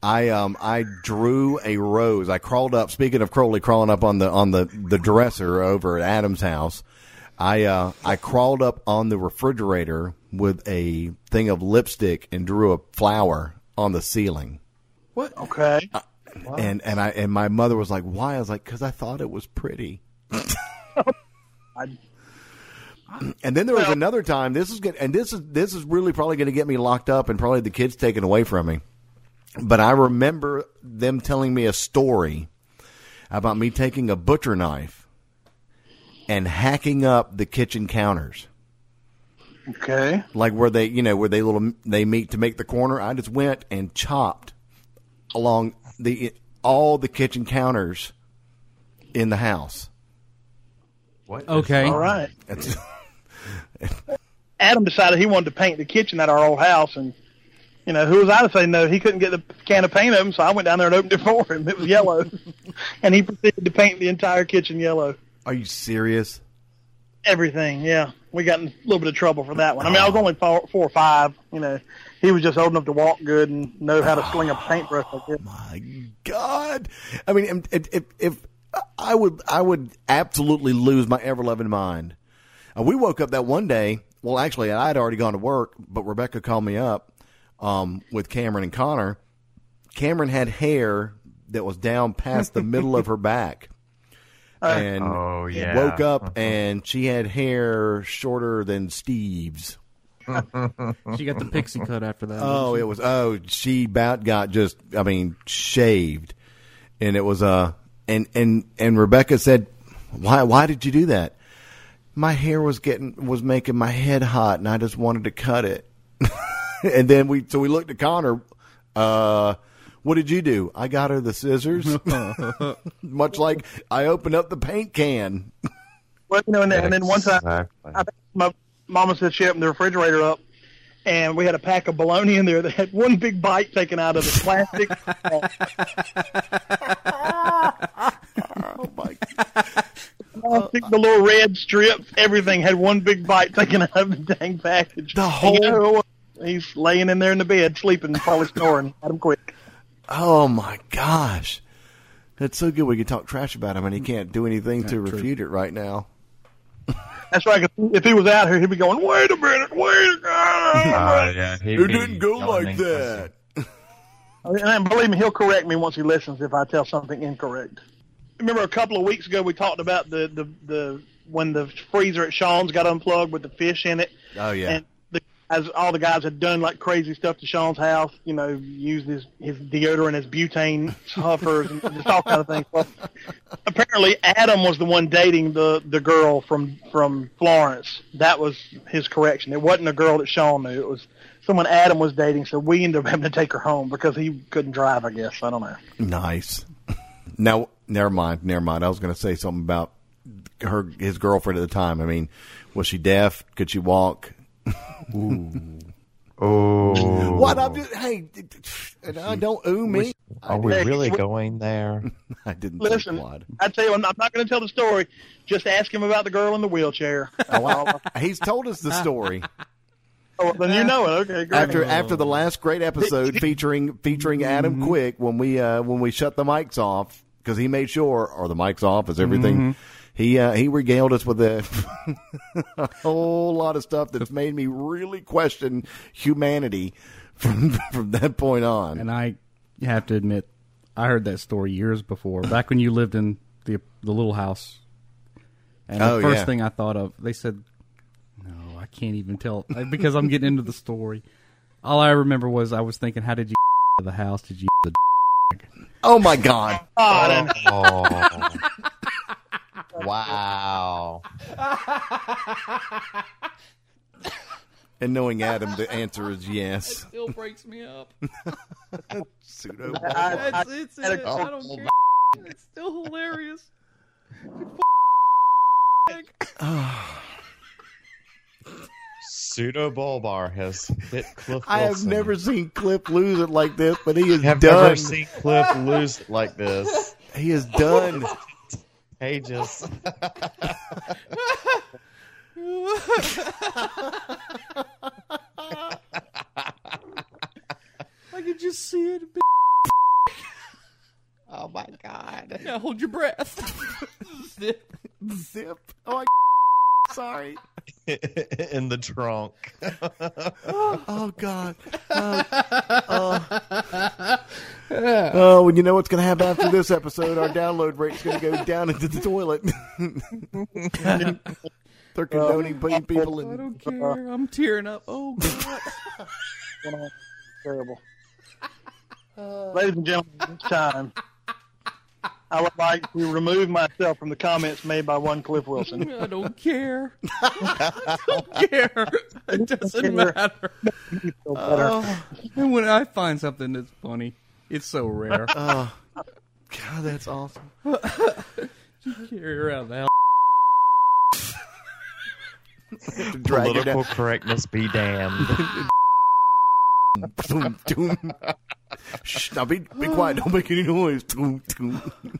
A: I um I drew a rose. I crawled up. Speaking of Crowley crawling up on the on the the dresser over at Adam's house, I uh I crawled up on the refrigerator with a thing of lipstick and drew a flower on the ceiling.
D: okay.
A: And and I and my mother was like, "Why?" I was like, "Cause I thought it was pretty."
D: I-
A: And then there was another time. This is good, and this is this is really probably going to get me locked up, and probably the kids taken away from me. But I remember them telling me a story about me taking a butcher knife and hacking up the kitchen counters,
D: okay.
A: like where they, you know, where they little they meet to make the corner. I just went and chopped along the all the kitchen counters in the house.
B: Okay,
D: All right. Adam decided he wanted to paint the kitchen at our old house, and you know who was I to say no? He couldn't get the can of paint open, so I went down there and opened it for him. It was yellow, and he proceeded to paint the entire kitchen yellow.
A: Are you serious?
D: Everything, yeah. We got in a little bit of trouble for that one. I mean, I was only four, four or five. You know, he was just old enough to walk good and know how to sling a paintbrush. Like this.
A: My God! I mean, if, if, if I would, I would absolutely lose my ever loving mind. Uh, we woke up that one day. Well, actually, I had already gone to work, but Rebecca called me up um, with Cameron and Connor. Cameron had hair that was down past the middle of her back, and
C: Oh yeah.
A: woke up and she had hair shorter than Steve's.
B: she got the pixie cut after that.
A: Oh, it was. Oh, she about got just. I mean, shaved, and it was. Uh, and and and Rebecca said, "Why? Why did you do that? My hair was getting was making my head hot, and I just wanted to cut it." and then we so we looked at Connor. Uh, what did you do? I got her the scissors, much like I opened up the paint can.
D: Well, you know, and then, and then one time
C: Exactly.
D: I think my mama said she opened the refrigerator up, and we had a pack of bologna in there that had one big bite taken out of the plastic.
A: Oh my!
D: I think the little red strip, everything had one big bite taken out of the dang package.
A: The
D: And
A: whole-
D: you know who it was? he's laying in there in the bed, sleeping, probably snoring. Adam quick.
A: Oh my gosh! That's so good. We can talk trash about him, and he
D: Mm.
A: can't do anything to refute it right now.
D: That's right. 'cause If he was out here, he'd be going, "Wait a minute, wait." A
C: Uh, yeah, he,
A: It
C: he
A: didn't go
C: yelling
A: like
C: and
A: that.
D: minute. and believe me, he'll correct me once he listens if I tell something incorrect. Remember a couple of weeks ago we talked about the the, the when the freezer at Sean's got unplugged with the fish in it.
A: Oh yeah.
D: And the, as all the guys had done like crazy stuff to Sean's house, you know, used his his deodorant as butane huffers and just all kind of things. Well, apparently, Adam was the one dating the the girl from from Florence. That was his correction. It wasn't a girl that Sean knew. It was someone Adam was dating, so we ended up having to take her home because he couldn't drive. I guess I don't know.
A: Nice. Now, never mind, never mind. I was going to say something about her, his girlfriend at the time. I mean, was she deaf? Could she walk?
C: Oh,
A: What? I'm just, hey, and I don't ooh me.
C: are we
D: Hey,
C: really
D: we-
C: going there?
A: I didn't
D: Listen,
A: think blood.
D: I tell you, I'm not, I'm not going to tell the story. Just ask him about the girl in the wheelchair.
A: Oh, He's told us the story
D: Oh, then you know it. Okay, great.
A: after after the last great episode featuring featuring Adam
C: Mm-hmm.
A: Quick when we uh, when we shut the mics off because he made sure are the mics off is everything.
C: Mm-hmm.
A: He uh, he regaled us with a, a whole lot of stuff that's made me really question humanity from from that point on.
B: And I have to admit, I heard that story years before, back when you lived in the the little house. And
A: Oh,
B: the first
A: yeah.
B: thing I thought of, they said, "No, I can't even tell because I'm getting into the story." All I remember was I was thinking, "How did you the house? Did you the
A: oh my god!
D: God, and
C: Oh. wow.
A: And knowing Adam, the answer is yes.
B: still breaks me up?"
A: Pseudo.
D: I- I-
B: it's,
D: had a- I
B: don't care. It's still hilarious.
C: Pseudo Bulbar has hit Cliff.
A: I have
C: Wilson.
A: never seen Clip lose it like this, but he is
C: have
A: done.
C: never seen Cliff lose it like this.
A: he is done.
C: Hey, just
B: I can just see it.
E: Oh my god.
B: Now hold your breath.
A: Zip. Oh, I, sorry.
C: in the trunk.
A: Oh God. Oh. Oh. oh, and you know what's going to happen after this episode? Our download rate's going to go down into the toilet. They're condoning putting people
B: I
A: in.
B: don't care. I'm tearing up. Oh god.
D: terrible. Ladies and gentlemen, it's time. I would like to remove myself from the comments made by one Cliff Wilson.
B: I don't care. I don't care. It doesn't matter.
D: Feel better.
B: And when I find something that's funny, it's so rare.
A: God, that's awesome.
B: Carry around the house.
A: Drag it
C: Political
A: down.
C: correctness be damned.
A: Doom, doom. Shh, now be, be quiet. Don't make any noise. Doom, doom.
D: No,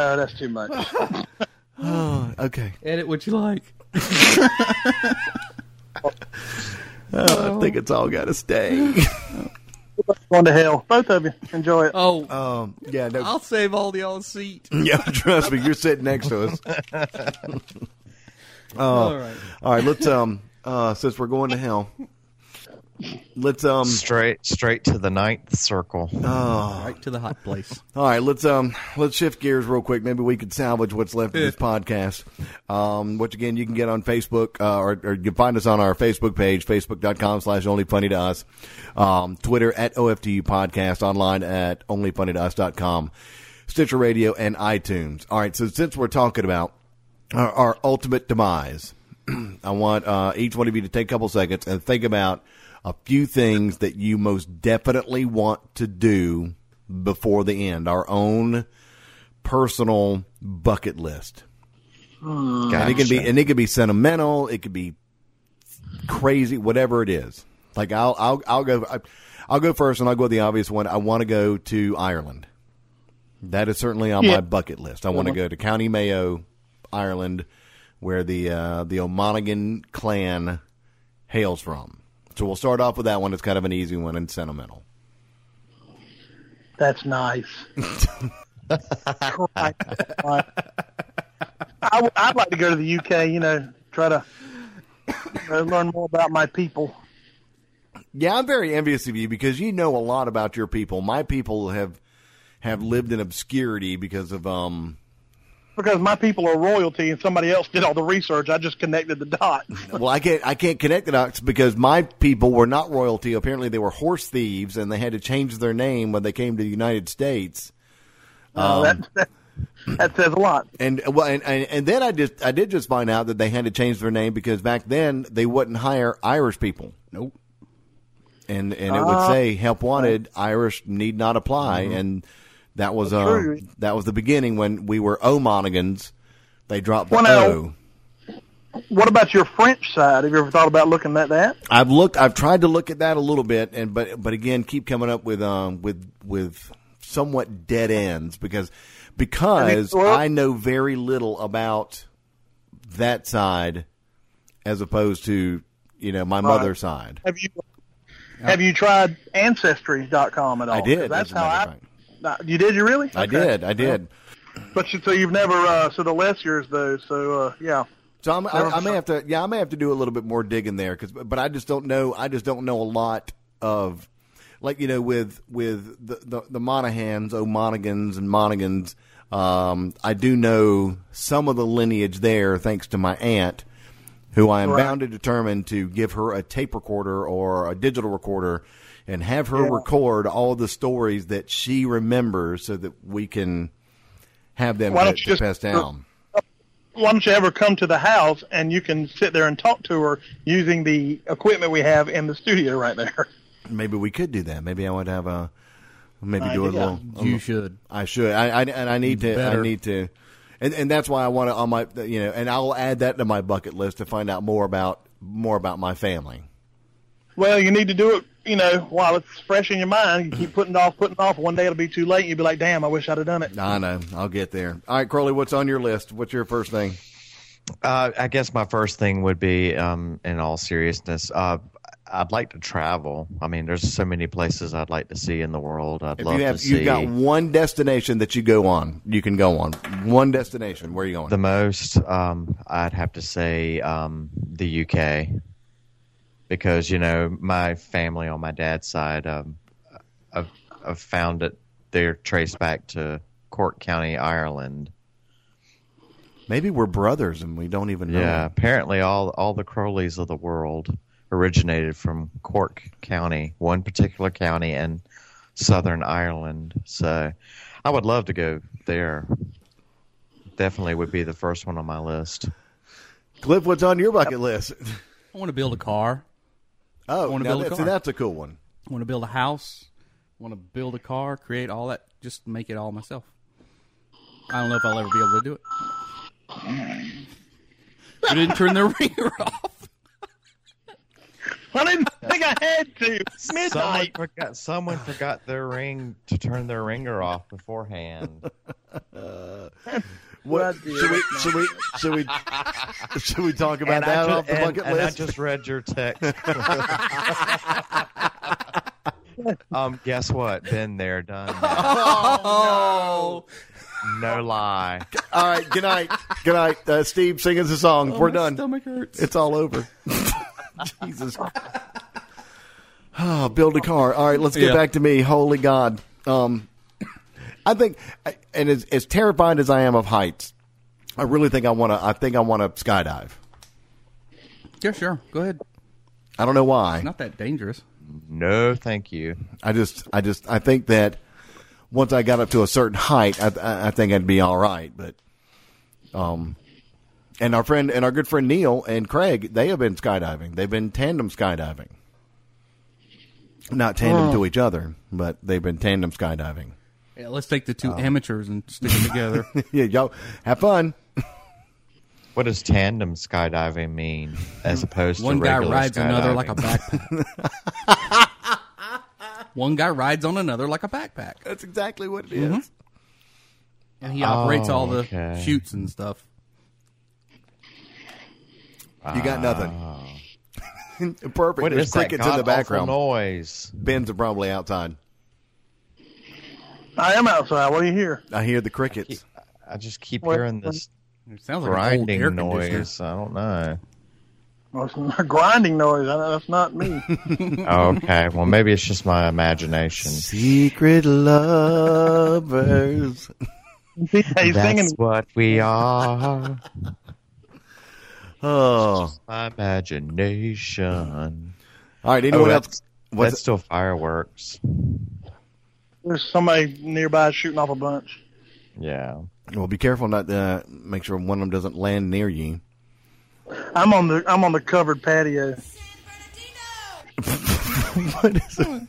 D: Uh, that's too much.
A: Oh, okay.
B: Edit what you like.
A: Oh, I think it's all got to stay.
D: Going to hell. Both of you. Enjoy it.
B: Oh,
A: Um, yeah, no.
B: I'll save all the all seat.
A: Yeah, trust me, you're sitting next to us.
B: all right.
A: All right, let's um uh since we're going to hell, let's um
C: straight, straight to the ninth circle.
A: Oh,
B: Right to the hot place.
A: all right, let's um let's shift gears real quick. Maybe we could salvage what's left of this podcast. Um, which again you can get on Facebook uh, or, or you can find us on our Facebook page, facebook.com slash only funny to us. Um, Twitter at OFTU podcast, online at onlyfunnytous.com, Stitcher Radio and iTunes. All right, so since we're talking about our, our ultimate demise. I want uh, each one of you to take a couple seconds and think about a few things that you most definitely want to do before the end. Our own personal bucket list, and it can be and it can be sentimental. It could be crazy, whatever it is. Like I'll I'll I'll go I, I'll go first, and I'll go with the obvious one. I want to go to Ireland. That is certainly on my
D: Yeah.
A: bucket list. I want to go to County Mayo, Ireland, where the uh, the O'Monaghan clan hails from. So we'll start off with that one. It's kind of an easy one and sentimental.
D: That's nice. Christ. I, would- I'd like to go to the UK, you know, try to you know, learn more about my people.
A: Yeah, I'm very envious of you because you know a lot about your people. My people have have lived in obscurity because of um
D: Because my people are royalty and somebody else did all the research. I just connected the dots.
A: well I can't I can't connect the dots because my people were not royalty. Apparently they were horse thieves and they had to change their name when they came to the United States.
D: Uh, that, that, that says a lot.
A: And well, and, and and then I just I did just find out that they had to change their name because back then they wouldn't hire Irish people.
B: Nope.
A: and and it would say help wanted Irish need not apply, and that was uh,
D: True.
A: that was the beginning when we were O Monigans. They dropped the
D: One O.
A: O.
D: What about your French side? Have you ever thought about looking at that?
A: I've looked. I've tried to look at that a little bit, and but but again, keep coming up with um with with somewhat dead ends because because
D: I mean, well-
A: I know very little about that side as opposed to you know my mother's side.
D: Have you have you tried Ancestry.com at all?
A: I did.
D: 'Cause
A: That's
D: That's
A: a matter
D: how
A: of
D: I. Uh, You did you really?
A: I did. I did.
D: But you, so you've never uh, so the Lessiers though. So uh, yeah.
A: So I'm, I, I may have to, yeah, I may have to do a little bit more digging there, cause, but I just don't know. I just don't know a lot of, like you know, with with the the, the Monahans, O'Monigans, and Monigans. Um, I do know some of the lineage there, thanks to my aunt, who I am
D: Right.
A: bound and determined to give her a tape recorder or a digital recorder, and have her record all the stories that she remembers, so that we can have them
D: Why don't
A: get
D: you just-
A: passed down.
D: Why don't you ever come to the house and you can sit there and talk to her using the equipment we have in the studio right there?
A: Maybe we could do that. Maybe I would have a maybe do a
D: Idea.
A: little. a
B: You
A: little-
B: should.
A: I should. I, I and I need to. I
B: Better.
A: need to. And, and that's why I want to on my you know, and I'll add that to my bucket list to find out more about more about my family.
D: Well, you need to do it. You know, while it's fresh in your mind, you keep putting it off, putting it off. One day it'll be too late. and You'll be like, "Damn, I wish I'd have done it."
A: I know. I'll get there. All right, Crowley, what's on your list? What's your first thing?
C: Uh, I guess my first thing would be, um, in all seriousness, uh, I'd like to travel. I mean, there's so many places I'd like to see in the world. I'd
A: If
C: love
A: you have
C: to see
A: you've got one destination that you go on, you can go on one destination. Where are you going?
C: the most. Um, I'd have to say um, the UK because you know my family on my dad's side, um, I've, I've found that they're traced back to Cork County, Ireland.
A: Maybe we're brothers and we don't even know.
C: Yeah, apparently all all the Crowleys of the world originated from Cork County, one particular county in Southern Ireland. So, I would love to go there. Definitely would be the first one on my list.
A: Cliff, what's on your bucket list?
B: I want to build a car.
A: Oh,
B: wanna
A: now
B: build a
A: that- see,
B: car.
A: that's a cool one.
B: I want to build a house. I want to build a car. Create all that. Just make it all myself. I don't know if I'll ever be able to do it. You didn't turn the ringer off.
D: I didn't think I had to. It's
C: Someone
D: Midnight.
C: forgot, someone forgot their ring to turn their ringer off beforehand.
A: What should we should we should we should we talk about
C: And I
A: that
C: ju-
A: off the
C: and-
A: bucket
C: and
A: list?
C: I just read your text. um, guess what? Been there, done. That.
B: Oh,
C: No lie.
A: All right, good night, good night. Uh, Steve, sing us a song.
C: Oh,
A: We're
B: my
A: done.
B: Stomach hurts.
A: It's all over. Jesus. Oh, build a car. All right, let's get
B: Yeah.
A: back to me. Holy God. Um, I think, I- and as, as terrified as I am of heights, I really think I want to. I think I want to skydive.
B: yeah, sure. Go ahead.
A: I don't know why.
B: Not that dangerous.
C: No, thank you.
A: I just, I just, I think that once I got up to a certain height, I, I, I think I'd be all right. But, um, and our friend and our good friend Neil and Craig, they have been skydiving. They've been tandem skydiving, not tandem to each other, but they've been tandem skydiving.
B: Yeah, let's take the
C: Um,
B: two amateurs and stick them together.
A: Yeah, y'all have fun.
C: What does tandem skydiving mean as opposed to
B: One guy
C: regular
B: rides another
C: skydiving?
B: like a backpack. One guy rides on another like a backpack,
A: That's exactly what it is.
B: and he operates all the
C: Oh, okay.
B: shoots and stuff.
A: You got nothing. Perfect.
C: What
A: There's
C: is that
A: crickets in the
C: god-awful
A: background.
C: noise?
A: Ben's are probably outside.
D: I am outside. What do you hear?
A: I hear the crickets.
C: I just keep
D: What-
C: hearing this
B: It sounds like an old air
C: grinding
B: conditioner.
C: noise. I don't know.
D: Well, it's not grinding noise. I know that's not me.
C: Oh, okay, well maybe it's just my imagination.
A: Secret lovers.
D: He's singing.
C: That's what we are.
A: Oh.
C: My imagination.
A: All right.
C: Oh,
A: Anyone
C: that's,
A: else? What's
C: that's still fireworks.
D: There's somebody nearby shooting off a bunch.
C: Yeah.
A: Well, be careful not to uh, make sure one of them doesn't land near you.
D: I'm on the I'm on the covered patio.
A: what is it?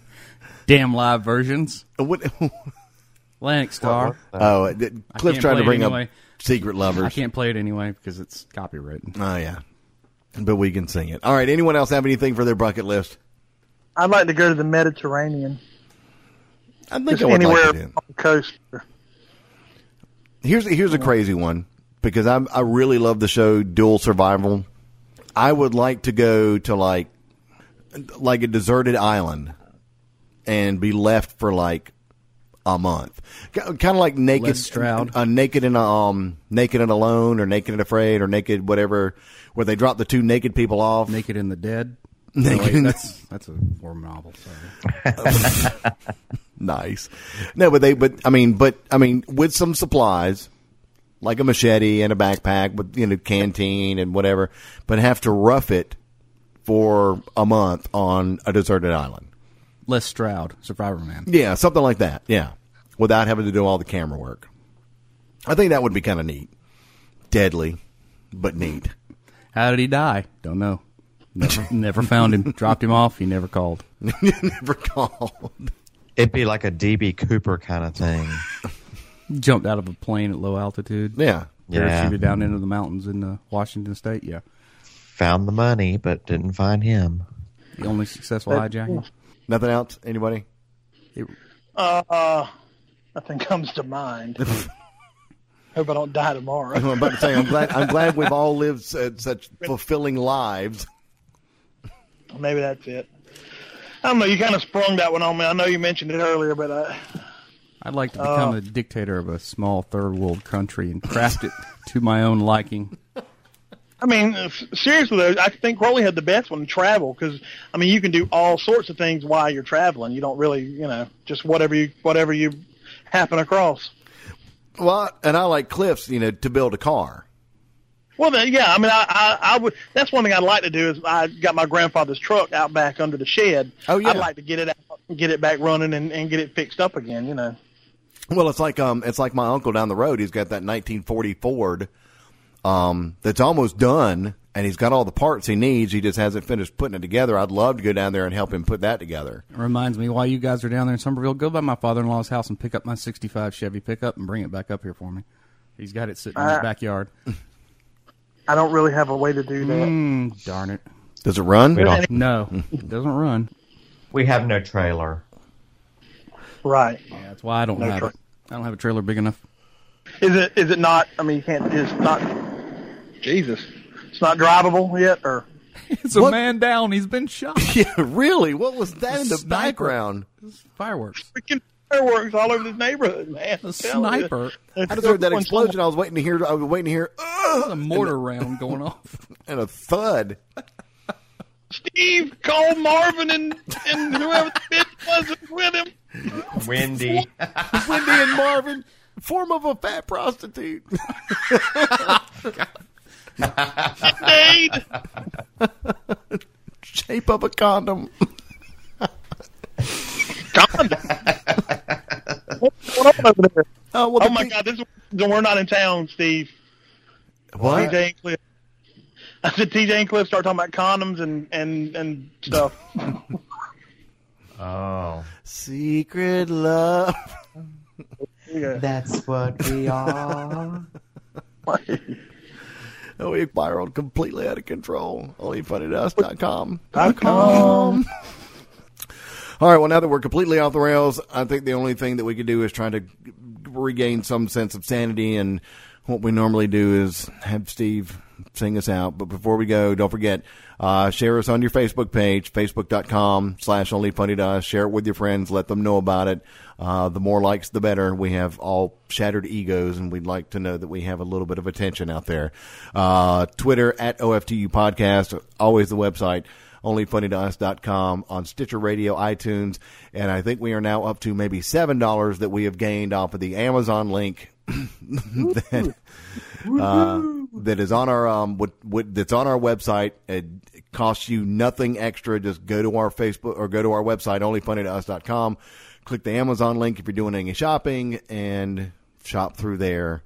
B: Damn live versions.
A: What,
B: Atlantic Star.
A: oh, it- it- Cliff's trying to
B: play it
A: bring
B: anyway.
A: up Secret
B: I
A: Lovers.
B: can't play it anyway because it's copyrighted.
A: Oh, yeah. But we can sing it. All right. Anyone else have anything for their bucket list?
D: I'd like to go to the Mediterranean.
A: I think
D: Just
A: I would
D: anywhere
A: like to do.
D: on the coast.
A: Here's here's a crazy one because I I really love the show Dual Survival. I would like to go to like like a deserted island and be left for like a month, kind of like naked
B: Les Stroud.
A: uh, naked and um naked and alone or naked and afraid or naked whatever, where they drop the two naked people off.
B: Naked in the Dead.
A: Naked in the-
B: that's that's a war novel. Sorry.
A: Nice. No, but they, but I mean, but I mean, with some supplies, like a machete and a backpack with, you know, canteen and whatever, but have to rough it for a month on a deserted island.
B: Les Stroud, Survivor Man.
A: Yeah, something like that. Yeah. Without having to do all the camera work. I think that would be kind of neat. Deadly, but neat.
B: How did he die? Don't know. Never, never found him. Dropped him off. He never called.
A: Never called.
C: It'd be like a DB Cooper kind of thing.
B: Jumped out of a plane at low altitude.
A: Yeah.
C: Yeah.
B: Parachuted down into the mountains in uh, Washington State. Yeah.
C: Found the money, but didn't find him.
B: The only successful hijacking.
A: Nothing else? Anybody?
D: Uh, uh, nothing comes to mind. Hope I don't die tomorrow.
A: I'm
C: Uh-huh.
A: about to say, I'm glad, I'm glad we've all lived su- such fulfilling lives.
D: Maybe that's it. I don't know. You kind of sprung that one on me. I know you mentioned it earlier, but uh,
B: I'd like to become a dictator of a small third world country and craft it to my own liking.
D: I mean, s- seriously though, I think Crowley had the best one: travel, because I mean, you can do all sorts of things while you're traveling. You don't really, you know, just whatever you whatever you happen across.
A: Well, and I like cliffs, you know, to build a car.
D: Well, then, yeah, I mean, I, I, I would. That's one thing I'd like to do is I got my grandfather's truck out back under the shed.
A: Oh, yeah.
D: I'd like to get it out, get it back running, and, and get it fixed up again. You know.
A: Well, it's like um, it's like my uncle down the road. He's got that 1940 Ford, um, that's almost done, and he's got all the parts he needs. He just hasn't finished putting it together. I'd love to go down there and help him put that together.
B: It reminds me why you guys are down there in Somerville. Go by my father in law's house and pick up my 65 Chevy pickup and bring it back up here for me. He's got it sitting in his backyard.
D: I don't really have a way to do that.
B: Mm, darn it.
A: Does it run?
C: We don't.
B: No, it doesn't run.
C: We have no trailer.
D: Right?
B: Yeah, that's why I don't have
D: tra-
B: it. I don't have a trailer big enough.
D: Is it? Is it not? I mean, you can't. It's not. Jesus, it's not drivable yet, or
B: It's a man down. He's been shot.
A: Yeah, really? What was that in the
B: Sniper.
A: background?
B: Fireworks.
D: freaking fireworks all over this neighborhood, man.
B: A sniper.
A: I just heard that explosion. I was waiting to hear. I was waiting to hear "Ugh,"
B: A mortar round going off.
A: and a thud.
D: Steve, call Marvin and, and whoever the bitch was with him.
C: Windy.
A: Wendy and Marvin, form of a fat prostitute.
D: Aid.
A: Shape of a condom.
D: What's going on over there?
A: Oh, well,
D: Oh
A: the
D: my
A: pe-
D: God, this is we're not in town, Steve.
A: What?
D: TJ and Cliff. I said TJ and Cliff start talking about condoms and and and stuff.
C: oh.
A: Secret love.
D: Yeah.
H: That's what we are.
A: Oh, we spiraled completely out of control. OnlyFunnyToUs.com. All right, well, now that we're completely off the rails, I think the only thing that we could do is try to g- regain some sense of sanity. And what we normally do is have Steve sing us out. But before we go, don't forget, uh, share us on your Facebook page, facebook.com slash onlyfunnytoUs. Share it with your friends. Let them know about it. Uh, the more likes, the better. We have all shattered egos, and we'd like to know that we have a little bit of attention out there. Uh, Twitter at OFTU Podcast, always the website onlyfunnytous.com on Stitcher Radio, iTunes, and I think we are now up to maybe seven dollars that we have gained off of the Amazon link that, uh, that is on our um what, what that's on our website. It costs you nothing extra. Just go to our Facebook or go to our website onlyfunnytous.com, click the Amazon link if you're doing any shopping, and shop through there.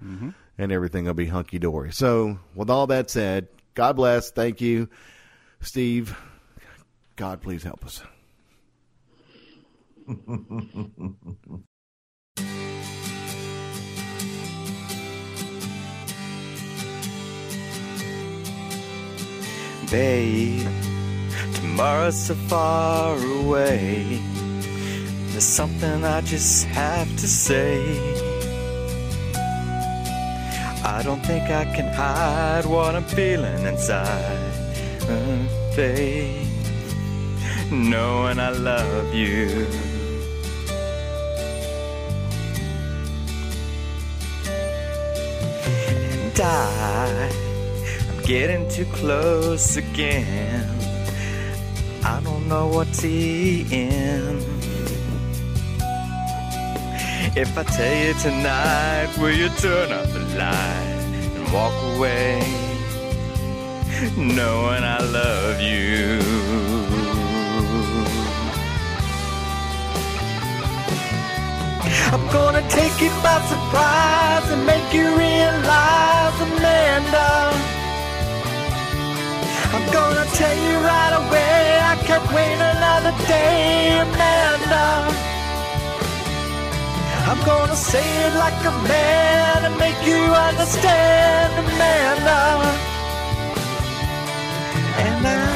A: And everything will be hunky dory. So, with all that said, God bless. Thank you. Steve, God, please help us.
C: Babe, tomorrow's so far away. There's something I just have to say. I don't think I can hide what I'm feeling inside. Uh, babe, knowing I love you. And I, I'm getting too close again. I don't know what's in. If I tell you tonight, will you turn off the light and walk away, knowing I love you? I'm gonna take you by surprise and make you realize, Amanda. I'm gonna tell you right away, I can't wait another day, Amanda. I'm gonna say it like a man and make you understand, Amanda. And I